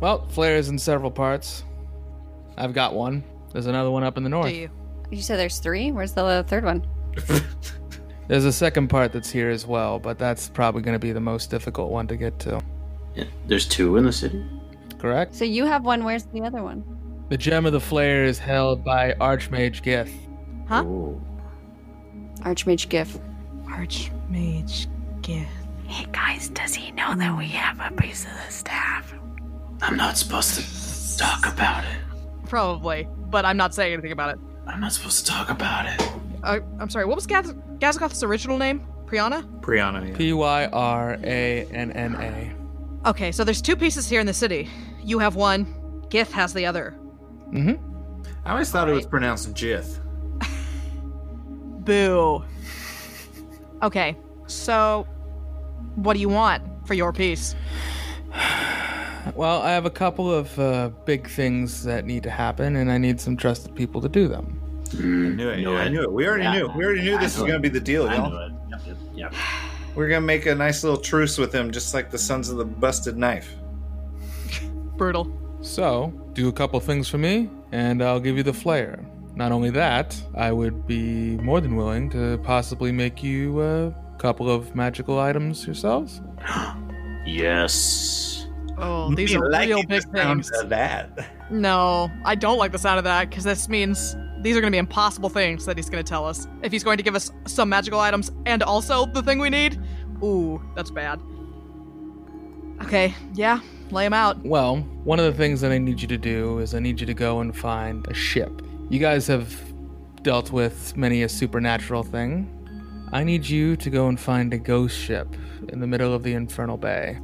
Speaker 1: Well, flare is in several parts. I've got one. There's another one up in the
Speaker 4: Do
Speaker 1: north.
Speaker 4: you?
Speaker 2: You said there's three. Where's the third one?
Speaker 1: There's a second part that's here as well, but that's probably going to be the most difficult one to get to.
Speaker 5: Yeah, There's two in the city.
Speaker 1: Correct?
Speaker 2: So you have one. Where's the other one?
Speaker 1: The gem of the flare is held by Archmage Gith.
Speaker 4: Huh?
Speaker 5: Ooh.
Speaker 2: Archmage Gif.
Speaker 4: Archmage Gith.
Speaker 7: Hey guys, does he know that we have a piece of the staff?
Speaker 5: I'm not supposed to talk about it.
Speaker 4: Probably, but I'm not saying anything about it.
Speaker 5: I'm not supposed to talk about it.
Speaker 4: Uh, I'm sorry, what was Gaz- Gazagoth's original name? Priyana?
Speaker 3: Priyana. yeah.
Speaker 1: P Y R A N N A.
Speaker 4: Okay, so there's two pieces here in the city. You have one, Gith has the other.
Speaker 1: Mm-hmm.
Speaker 3: I always thought it was pronounced Jith.
Speaker 4: Boo. Okay, so what do you want for your piece?
Speaker 1: Well, I have a couple of uh, big things that need to happen, and I need some trusted people to do them.
Speaker 3: I knew it.
Speaker 5: Knew
Speaker 3: yeah, I
Speaker 5: it.
Speaker 3: knew it. We already
Speaker 5: Yeah.
Speaker 3: knew. We already knew
Speaker 5: I
Speaker 3: this was
Speaker 5: knew
Speaker 3: going to
Speaker 5: it.
Speaker 3: be the deal.
Speaker 5: I
Speaker 3: Y'all.
Speaker 5: knew it. Yep, yep, yep.
Speaker 3: We're going to make a nice little truce with him, just like the sons of the busted knife.
Speaker 4: Brutal.
Speaker 1: So, do a couple things for me, and I'll give you the flare. Not only that, I would be more than willing to possibly make you a couple of magical items yourselves.
Speaker 5: Yes.
Speaker 4: Oh, these
Speaker 3: Me
Speaker 4: are
Speaker 3: liking
Speaker 4: real big
Speaker 3: the sound
Speaker 4: things.
Speaker 3: of that.
Speaker 4: No, I don't like the sound of that because this means these are going to be impossible things that he's going to tell us. If he's going to give us some magical items and also the thing we need, ooh, that's bad. Okay, yeah, lay him out.
Speaker 1: Well, one of the things that I need you to do is I need you to go and find a ship. You guys have dealt with many a supernatural thing. I need you to go and find a ghost ship in the middle of the Infernal Bay.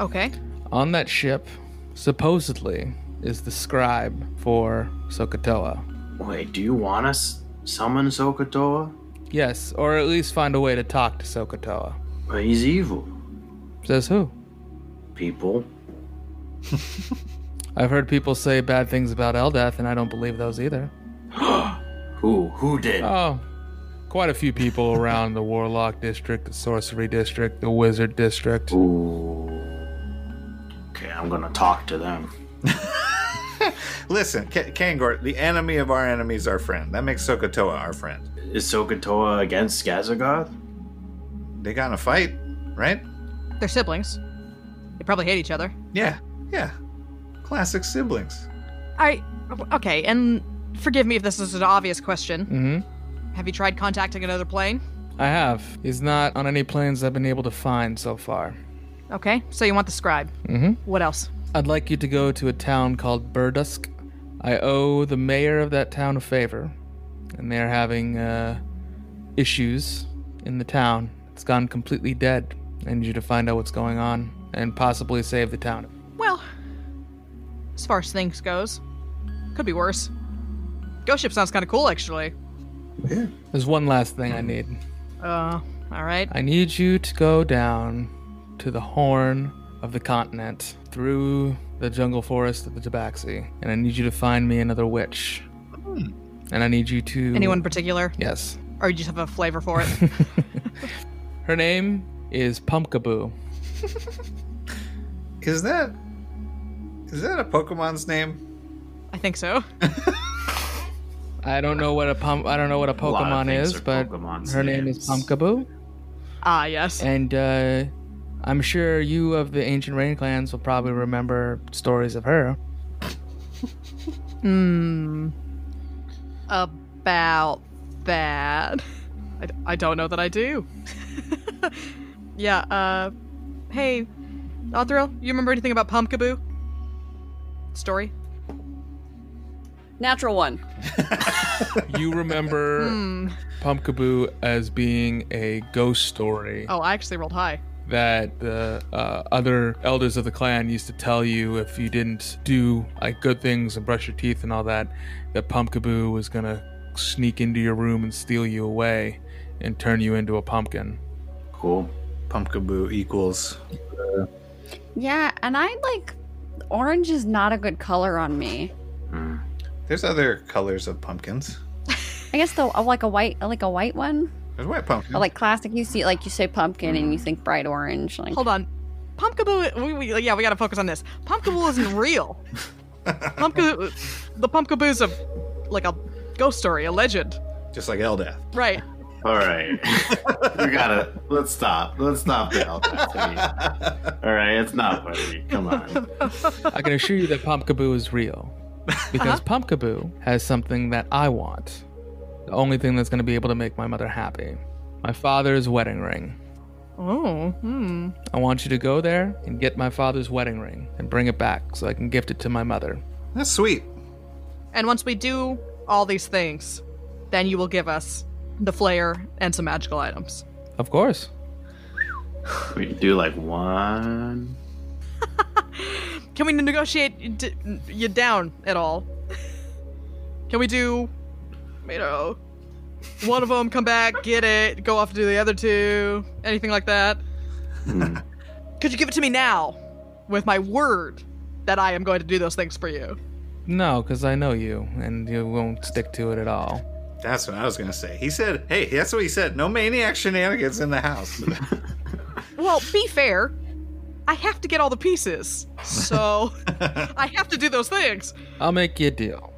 Speaker 4: Okay.
Speaker 1: On that ship, supposedly, is the scribe for Sokotoa.
Speaker 5: Wait, do you want us summon Sokotoa?
Speaker 1: Yes, or at least find a way to talk to Sokotoa.
Speaker 5: Well, he's evil.
Speaker 1: Says who?
Speaker 5: People.
Speaker 1: I've heard people say bad things about Eldath, and I don't believe those either.
Speaker 5: Who? Who did?
Speaker 1: Oh, quite a few people [laughs] around the Warlock District, the Sorcery District, the Wizard District.
Speaker 5: Ooh. Okay, I'm gonna talk to them.
Speaker 3: Listen, K- Kangor, the enemy of our enemy is our friend. That makes Sokotoa our friend.
Speaker 5: Is Sokotoa against Skazagoth?
Speaker 3: They got in a fight, right?
Speaker 4: They're siblings. They probably hate each other.
Speaker 3: Yeah, yeah. Classic siblings.
Speaker 4: I okay, and forgive me if this is an obvious question.
Speaker 1: Mm-hmm.
Speaker 4: Have you tried contacting another plane?
Speaker 1: I have. He's not on any planes I've been able to find so far.
Speaker 4: Okay, so you want the scribe.
Speaker 3: Mm-hmm.
Speaker 1: Mhm.
Speaker 4: What else?
Speaker 1: I'd like you to go to a town called Burdusk. I owe the mayor of that town a favor, and they're having uh, issues in the town. It's gone completely dead. I need you to find out what's going on and possibly save the town.
Speaker 4: Well, as far as things goes, could be worse. Ghost ship sounds kind of cool, actually.
Speaker 1: There's one last thing I need.
Speaker 4: Uh, all right.
Speaker 1: I need you to go down to the horn of the continent through the jungle forest of the Tabaxi, and I need you to find me another witch. And I need you to.
Speaker 4: Anyone in particular,
Speaker 1: Yes.
Speaker 4: or you just have a flavor for it?
Speaker 1: Her name is Pumpkaboo.
Speaker 3: Is that is that a Pokemon's name?
Speaker 4: I think so.
Speaker 1: I don't know what a pump. I don't know what a
Speaker 5: lot of
Speaker 1: Pokemon
Speaker 5: things
Speaker 1: is,
Speaker 5: are
Speaker 1: but
Speaker 5: Pokemon's
Speaker 1: her name is
Speaker 5: names.
Speaker 1: Pumpkaboo,
Speaker 4: Ah, yes.
Speaker 1: and uh, I'm sure you of the ancient rain clans will probably remember stories of her.
Speaker 4: About that, I, I don't know that I do. [laughs] yeah. Uh, hey, Othril, you remember anything about Pumpkaboo? Story?
Speaker 2: Natural one.
Speaker 1: You remember Pumpkaboo as being a ghost story
Speaker 4: Oh, I actually rolled high.
Speaker 1: that the uh, other elders of the clan used to tell you if you didn't do like good things and brush your teeth and all that, that Pumpkaboo was gonna sneak into your room and steal you away and turn you into a pumpkin.
Speaker 5: Cool.
Speaker 3: Pumpkaboo equals
Speaker 2: Yeah, and I like orange is not a good color on me.
Speaker 3: There's other colors of pumpkins.
Speaker 2: I guess though, like a white, I like a white one,
Speaker 3: There's white pumpkins.
Speaker 2: Or, like classic. You see, like you say pumpkin, and you think bright orange. Like
Speaker 4: Hold on. Pumpkaboo, we, we, yeah, we gotta focus on this. Pumpkaboo [laughs] isn't real. Pumpkaboo, the Pumpkaboo's a, like a ghost story, a legend.
Speaker 3: Just like Eldath.
Speaker 4: Right.
Speaker 5: All
Speaker 3: [laughs]
Speaker 5: right. we gotta. Let's stop. Let's stop the
Speaker 3: [laughs]
Speaker 5: Eldath. All right, it's not funny. Come on.
Speaker 1: I can assure you that Pumpkaboo is real. Because Pumpkaboo has something that I want. The only thing that's going to be able to make my mother happy. My father's wedding ring.
Speaker 4: Oh, hmm.
Speaker 1: I want you to go there and get my father's wedding ring and bring it back so I can gift it to my mother.
Speaker 3: That's sweet.
Speaker 4: And once we do all these things, then you will give us the flare and some magical items.
Speaker 1: Of course.
Speaker 5: We can do like one.
Speaker 4: Can we negotiate you d- you down at all? Can we do, you know, one of them come back, get it, go off to do the other two, anything like that? [laughs] Could you give it to me now, with my word that I am going to do those things for you?
Speaker 1: No, because I know you and you won't stick to it at all.
Speaker 3: That's what I was gonna say. He said, "Hey, that's what he said. No maniac shenanigans in the house." [laughs]
Speaker 4: Well, be fair. I have to get all the pieces, so I have to do those things.
Speaker 1: I'll make you a deal.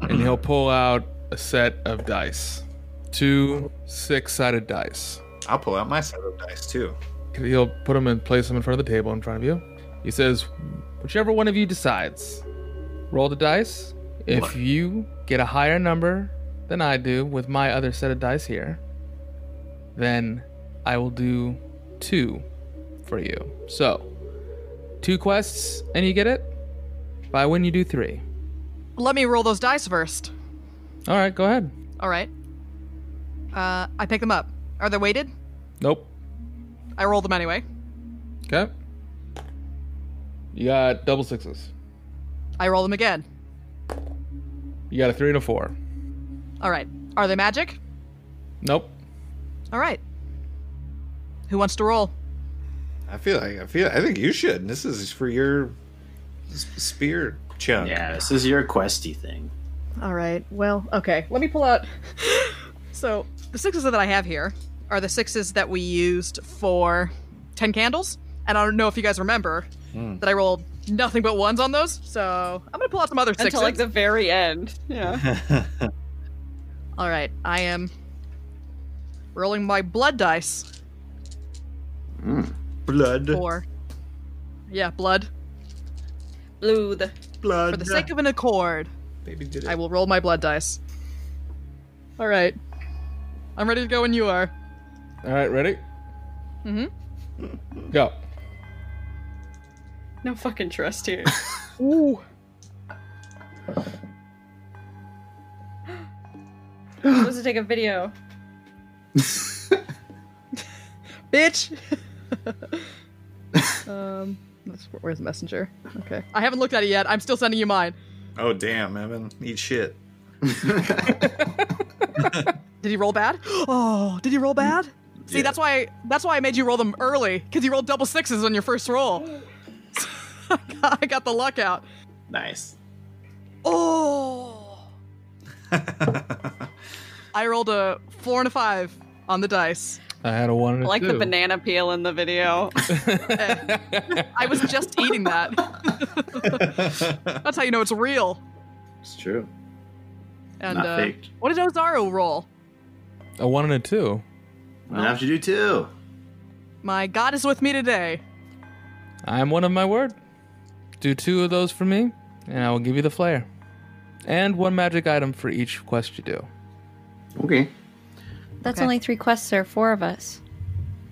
Speaker 1: And he'll pull out a set of dice two six sided dice.
Speaker 3: I'll pull out my set of dice too.
Speaker 1: He'll put them and place them in front of the table in front of you. He says, whichever one of you decides, roll the dice. If you get a higher number than I do with my other set of dice here, then I will do two for you. So, two quests and you get it. If I win, you do three.
Speaker 4: Let me roll those dice first.
Speaker 1: All right, go ahead.
Speaker 4: All right. Uh, I pick them up. Are they weighted?
Speaker 1: Nope.
Speaker 4: I roll them anyway.
Speaker 1: Okay. You got double sixes.
Speaker 4: I roll them again.
Speaker 1: You got a three and a four.
Speaker 4: All right. Are they magic?
Speaker 1: Nope.
Speaker 4: All right. Who wants to roll?
Speaker 3: I feel like I feel. I think you should. This is for your s- spear chunk.
Speaker 5: Yeah, this is your questy thing.
Speaker 4: All right. Well, okay. Let me pull out. [laughs] so the sixes that I have here are the sixes that we used for ten candles, and I don't know if you guys remember
Speaker 3: Hmm.
Speaker 4: that I rolled nothing but ones on those. So I'm gonna pull out some other sixes.
Speaker 2: until like the very end. Yeah.
Speaker 4: All right. I am rolling my blood dice
Speaker 3: Hmm. Blood.
Speaker 4: for. Yeah, blood.
Speaker 2: Blue the
Speaker 3: blood.
Speaker 4: For the sake of an accord,
Speaker 3: Baby did it.
Speaker 4: I will roll my blood dice. All right. I'm ready to go when you are.
Speaker 1: All right, ready?
Speaker 4: Mhm.
Speaker 2: Mm-hmm.
Speaker 1: Go.
Speaker 2: no fucking trust [laughs] here. [gasps]
Speaker 4: Ooh.
Speaker 6: I'm supposed to take a video.
Speaker 4: Bitch. [laughs] um, that's, where's messenger? Okay, I haven't looked at it yet. I'm still sending you mine.
Speaker 3: oh damn, Evan, eat shit.
Speaker 4: Did he roll bad? [gasps] Oh, did he roll bad? See,
Speaker 3: Yeah.
Speaker 4: that's why that's why I made you roll them early because you rolled double sixes on your first roll. [laughs] I got- I got the luck out.
Speaker 5: Nice.
Speaker 4: Oh, I rolled a four and a five on the dice.
Speaker 1: I had a one and a
Speaker 2: like the
Speaker 1: two.
Speaker 2: banana peel in the video.
Speaker 4: I was just eating that. that's how you know it's real.
Speaker 5: It's true.
Speaker 4: And
Speaker 5: Not
Speaker 4: uh,
Speaker 5: fake.
Speaker 4: what did Ozaru roll?
Speaker 1: A one and a two.
Speaker 5: I have to do too.
Speaker 4: My God is with me today.
Speaker 1: I'm one of my word. Do two of those for me, and I will give you the flare. And one magic item for each quest you do.
Speaker 5: Okay.
Speaker 6: That's
Speaker 4: Okay.
Speaker 6: only three quests. There are four of us.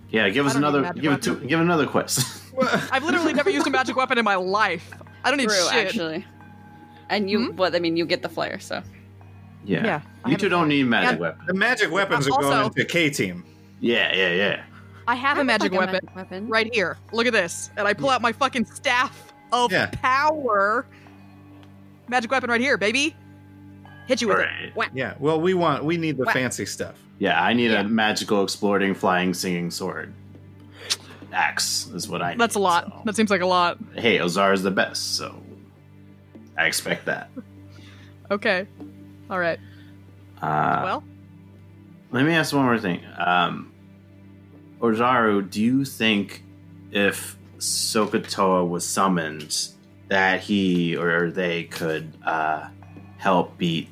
Speaker 5: Yeah, give us
Speaker 4: I don't need
Speaker 5: another.
Speaker 4: magic
Speaker 5: Give it two. Give another quest. [laughs]
Speaker 4: I've literally never used a magic weapon in my life. I don't need
Speaker 2: True,
Speaker 4: shit.
Speaker 2: actually. And you, what I mean, you get the flare, so
Speaker 5: yeah.
Speaker 4: Yeah, I
Speaker 5: You two
Speaker 4: haven't-
Speaker 5: don't need magic
Speaker 4: Yeah.
Speaker 5: weapon.
Speaker 3: the magic weapons are
Speaker 4: Also-
Speaker 3: going into K team.
Speaker 5: Yeah, yeah, yeah.
Speaker 4: I have a magic weapon
Speaker 6: weapon.
Speaker 4: right here. Look at this, and I pull out my fucking staff of
Speaker 3: Yeah.
Speaker 4: power. Magic weapon right here, baby. Hit you with
Speaker 5: Alright.
Speaker 4: it. Whack.
Speaker 3: Yeah. Well, we want we need the
Speaker 4: Wha-
Speaker 3: fancy stuff.
Speaker 5: Yeah, I need
Speaker 4: Yeah.
Speaker 5: a magical, exploding, flying, singing sword. Axe is what I need.
Speaker 4: That's a lot.
Speaker 5: so-
Speaker 4: That seems like a lot.
Speaker 5: Hey, Ozar is the best, so I expect that.
Speaker 4: Okay. All right.
Speaker 5: Uh,
Speaker 4: well,
Speaker 5: Let me ask one more thing. Um, Orzaru, do you think if Sokotoa was summoned, that he or they could uh, help beat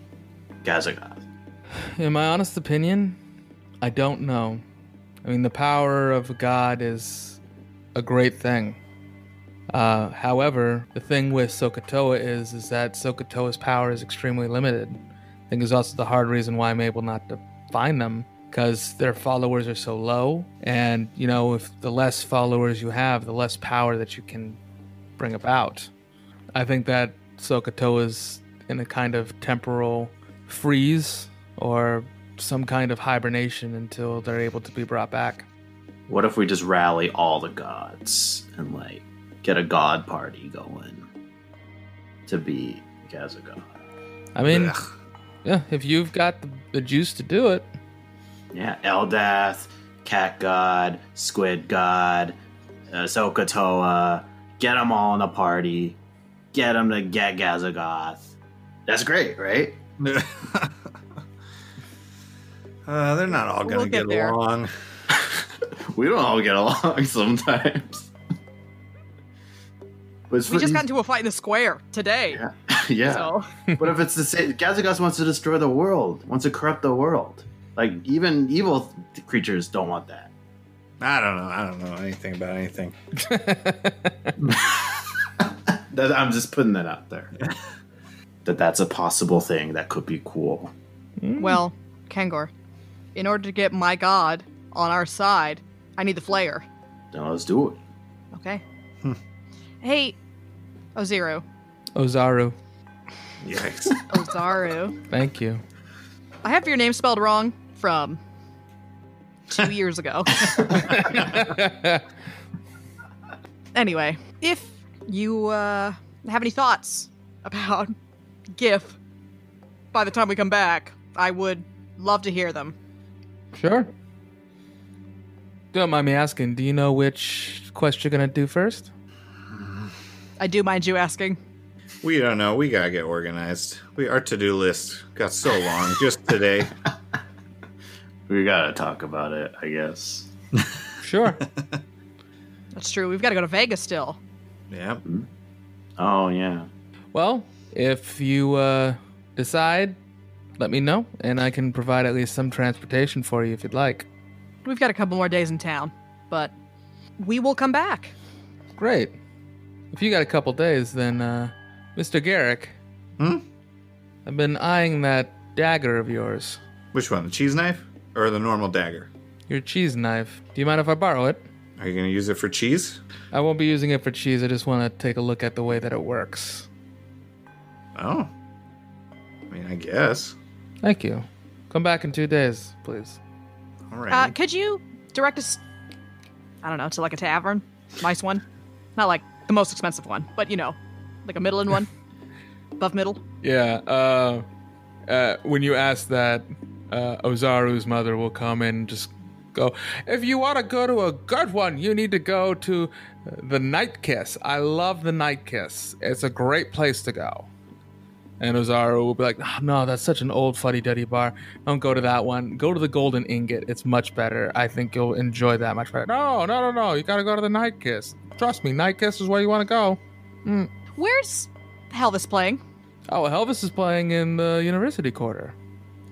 Speaker 5: Gazagoth?
Speaker 1: In my honest opinion, I don't know. I mean, the power of God is a great thing. Uh, however, the thing with Sokotoa is is that Sokotoa's power is extremely limited. I think is also the hard reason why I'm able not to find them because their followers are so low. And you know, if the less followers you have, the less power that you can bring about. I think that Sokotoa's in a kind of temporal freeze or some kind of hibernation until they're able to be brought back.
Speaker 5: What if we just rally all the gods and like get a god party going to beat Gazagoth?
Speaker 1: I mean,
Speaker 3: Ugh.
Speaker 1: yeah, if you've got the, the juice to do it,
Speaker 5: Yeah, Eldath, Cat God, Squid God, Ahsoka Toa. Get them all in a party. Get them to get Gazagoth. That's great, right?
Speaker 3: [laughs] Uh, they're not all gonna
Speaker 4: We'll get
Speaker 3: get,
Speaker 4: there.
Speaker 3: along.
Speaker 5: We don't all get along [laughs] sometimes. But it's
Speaker 4: we just got into a fight in the square today.
Speaker 5: yeah. [laughs] yeah.
Speaker 4: So
Speaker 5: but if it's the same, Gazagoth wants to destroy the world, wants to corrupt the world. Like even evil th- creatures don't want that.
Speaker 3: I don't know. I don't know anything about anything.
Speaker 5: that I'm just putting that out there. [laughs] that that's a possible thing that could be cool. Mm.
Speaker 4: well, Kangor, in order to get my god on our side, I need the flare.
Speaker 5: Then let's do it.
Speaker 4: Okay. hey, Ozero.
Speaker 1: Ozaru,
Speaker 3: Yikes.
Speaker 4: [laughs] Ozaru.
Speaker 1: thank you.
Speaker 4: I have your name spelled wrong from two years ago. anyway, if you uh, have any thoughts about GIF by the time we come back, I would love to hear them.
Speaker 1: Sure. Don't mind me asking, do you know which quest you're going to do first?
Speaker 4: I do mind you asking.
Speaker 3: We don't know. We gotta get organized. We our to do list got so long just
Speaker 4: [laughs]
Speaker 3: today.
Speaker 5: We gotta talk about it, I guess.
Speaker 1: Sure.
Speaker 4: That's true. We've got to go to Vegas still.
Speaker 3: Yeah.
Speaker 5: Oh yeah.
Speaker 1: Well, if you uh, decide, let me know, and I can provide at least some transportation for you if you'd like.
Speaker 4: We've got a couple more days in town, but we will come back.
Speaker 1: Great. If you got a couple days, then uh, Mr. Garrick.
Speaker 3: Hmm?
Speaker 1: I've been eyeing that dagger of yours,
Speaker 3: Which one? The cheese knife or the normal dagger?
Speaker 1: your cheese knife. Do you mind if I borrow it?
Speaker 3: Are you gonna use it for cheese?
Speaker 1: I won't be using it for cheese. I just want to take a look at the way that it works.
Speaker 3: Oh. I mean, I guess.
Speaker 1: Thank you. Come back in two days, please.
Speaker 3: All
Speaker 4: Uh,
Speaker 3: right.
Speaker 4: could you direct us? I don't know to like a tavern, nice one, not like the most expensive one, but you know, like a middling [laughs] one, above middle.
Speaker 1: Yeah. Uh, uh, when you ask that, uh, Ozaru's mother will come in and just go, If you want to go to a good one, you need to go to uh, the Night Kiss. I love the Night Kiss, it's a great place to go. And Ozaru will be like, "Ah, No, that's such an old fuddy duddy bar. Don't go to that one. Go to the Golden Ingot. It's much better. I think you'll enjoy that much better. No, no, no, no. You got to go to the Night Kiss. Trust me, Night Kiss is where you want to go.
Speaker 4: Where's Helvis playing?
Speaker 1: Oh, Elvis is playing in the university quarter.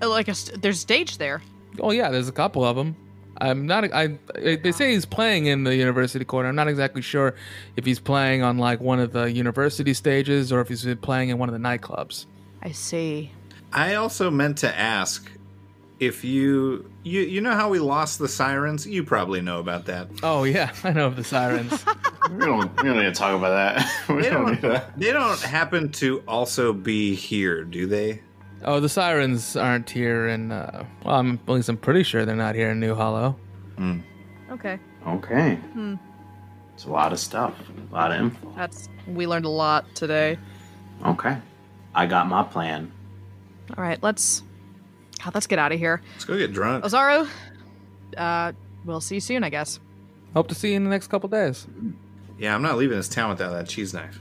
Speaker 4: Uh, Like a st- there's stage there.
Speaker 1: Oh yeah, there's a couple of them. I'm not. e, I they say he's playing in the university quarter. I'm not exactly sure if he's playing on like one of the university stages or if he's playing in one of the nightclubs.
Speaker 4: I see.
Speaker 3: I also meant to ask if you you you know how we lost the sirens? You probably know about that.
Speaker 1: Oh yeah, [laughs] I know of the sirens.
Speaker 5: We don't, we don't need to talk about that. [laughs] we
Speaker 3: They
Speaker 5: don't need
Speaker 3: don't
Speaker 5: that.
Speaker 3: they don't happen to also be here, do they?
Speaker 1: oh, the sirens aren't here, and uh, well, I'm, at least I'm pretty sure they're not here in New Hollow.
Speaker 4: Okay,
Speaker 5: Okay. It's a lot of stuff. A lot of info.
Speaker 4: that's we learned a lot today.
Speaker 5: Okay. I got my plan.
Speaker 4: All right, let's. God, let's get out of here.
Speaker 3: Let's go get drunk.
Speaker 4: Ozaru, uh, we'll see you soon, I guess.
Speaker 1: Hope to see you in the next couple days.
Speaker 3: Yeah, I'm not leaving this town without that cheese knife.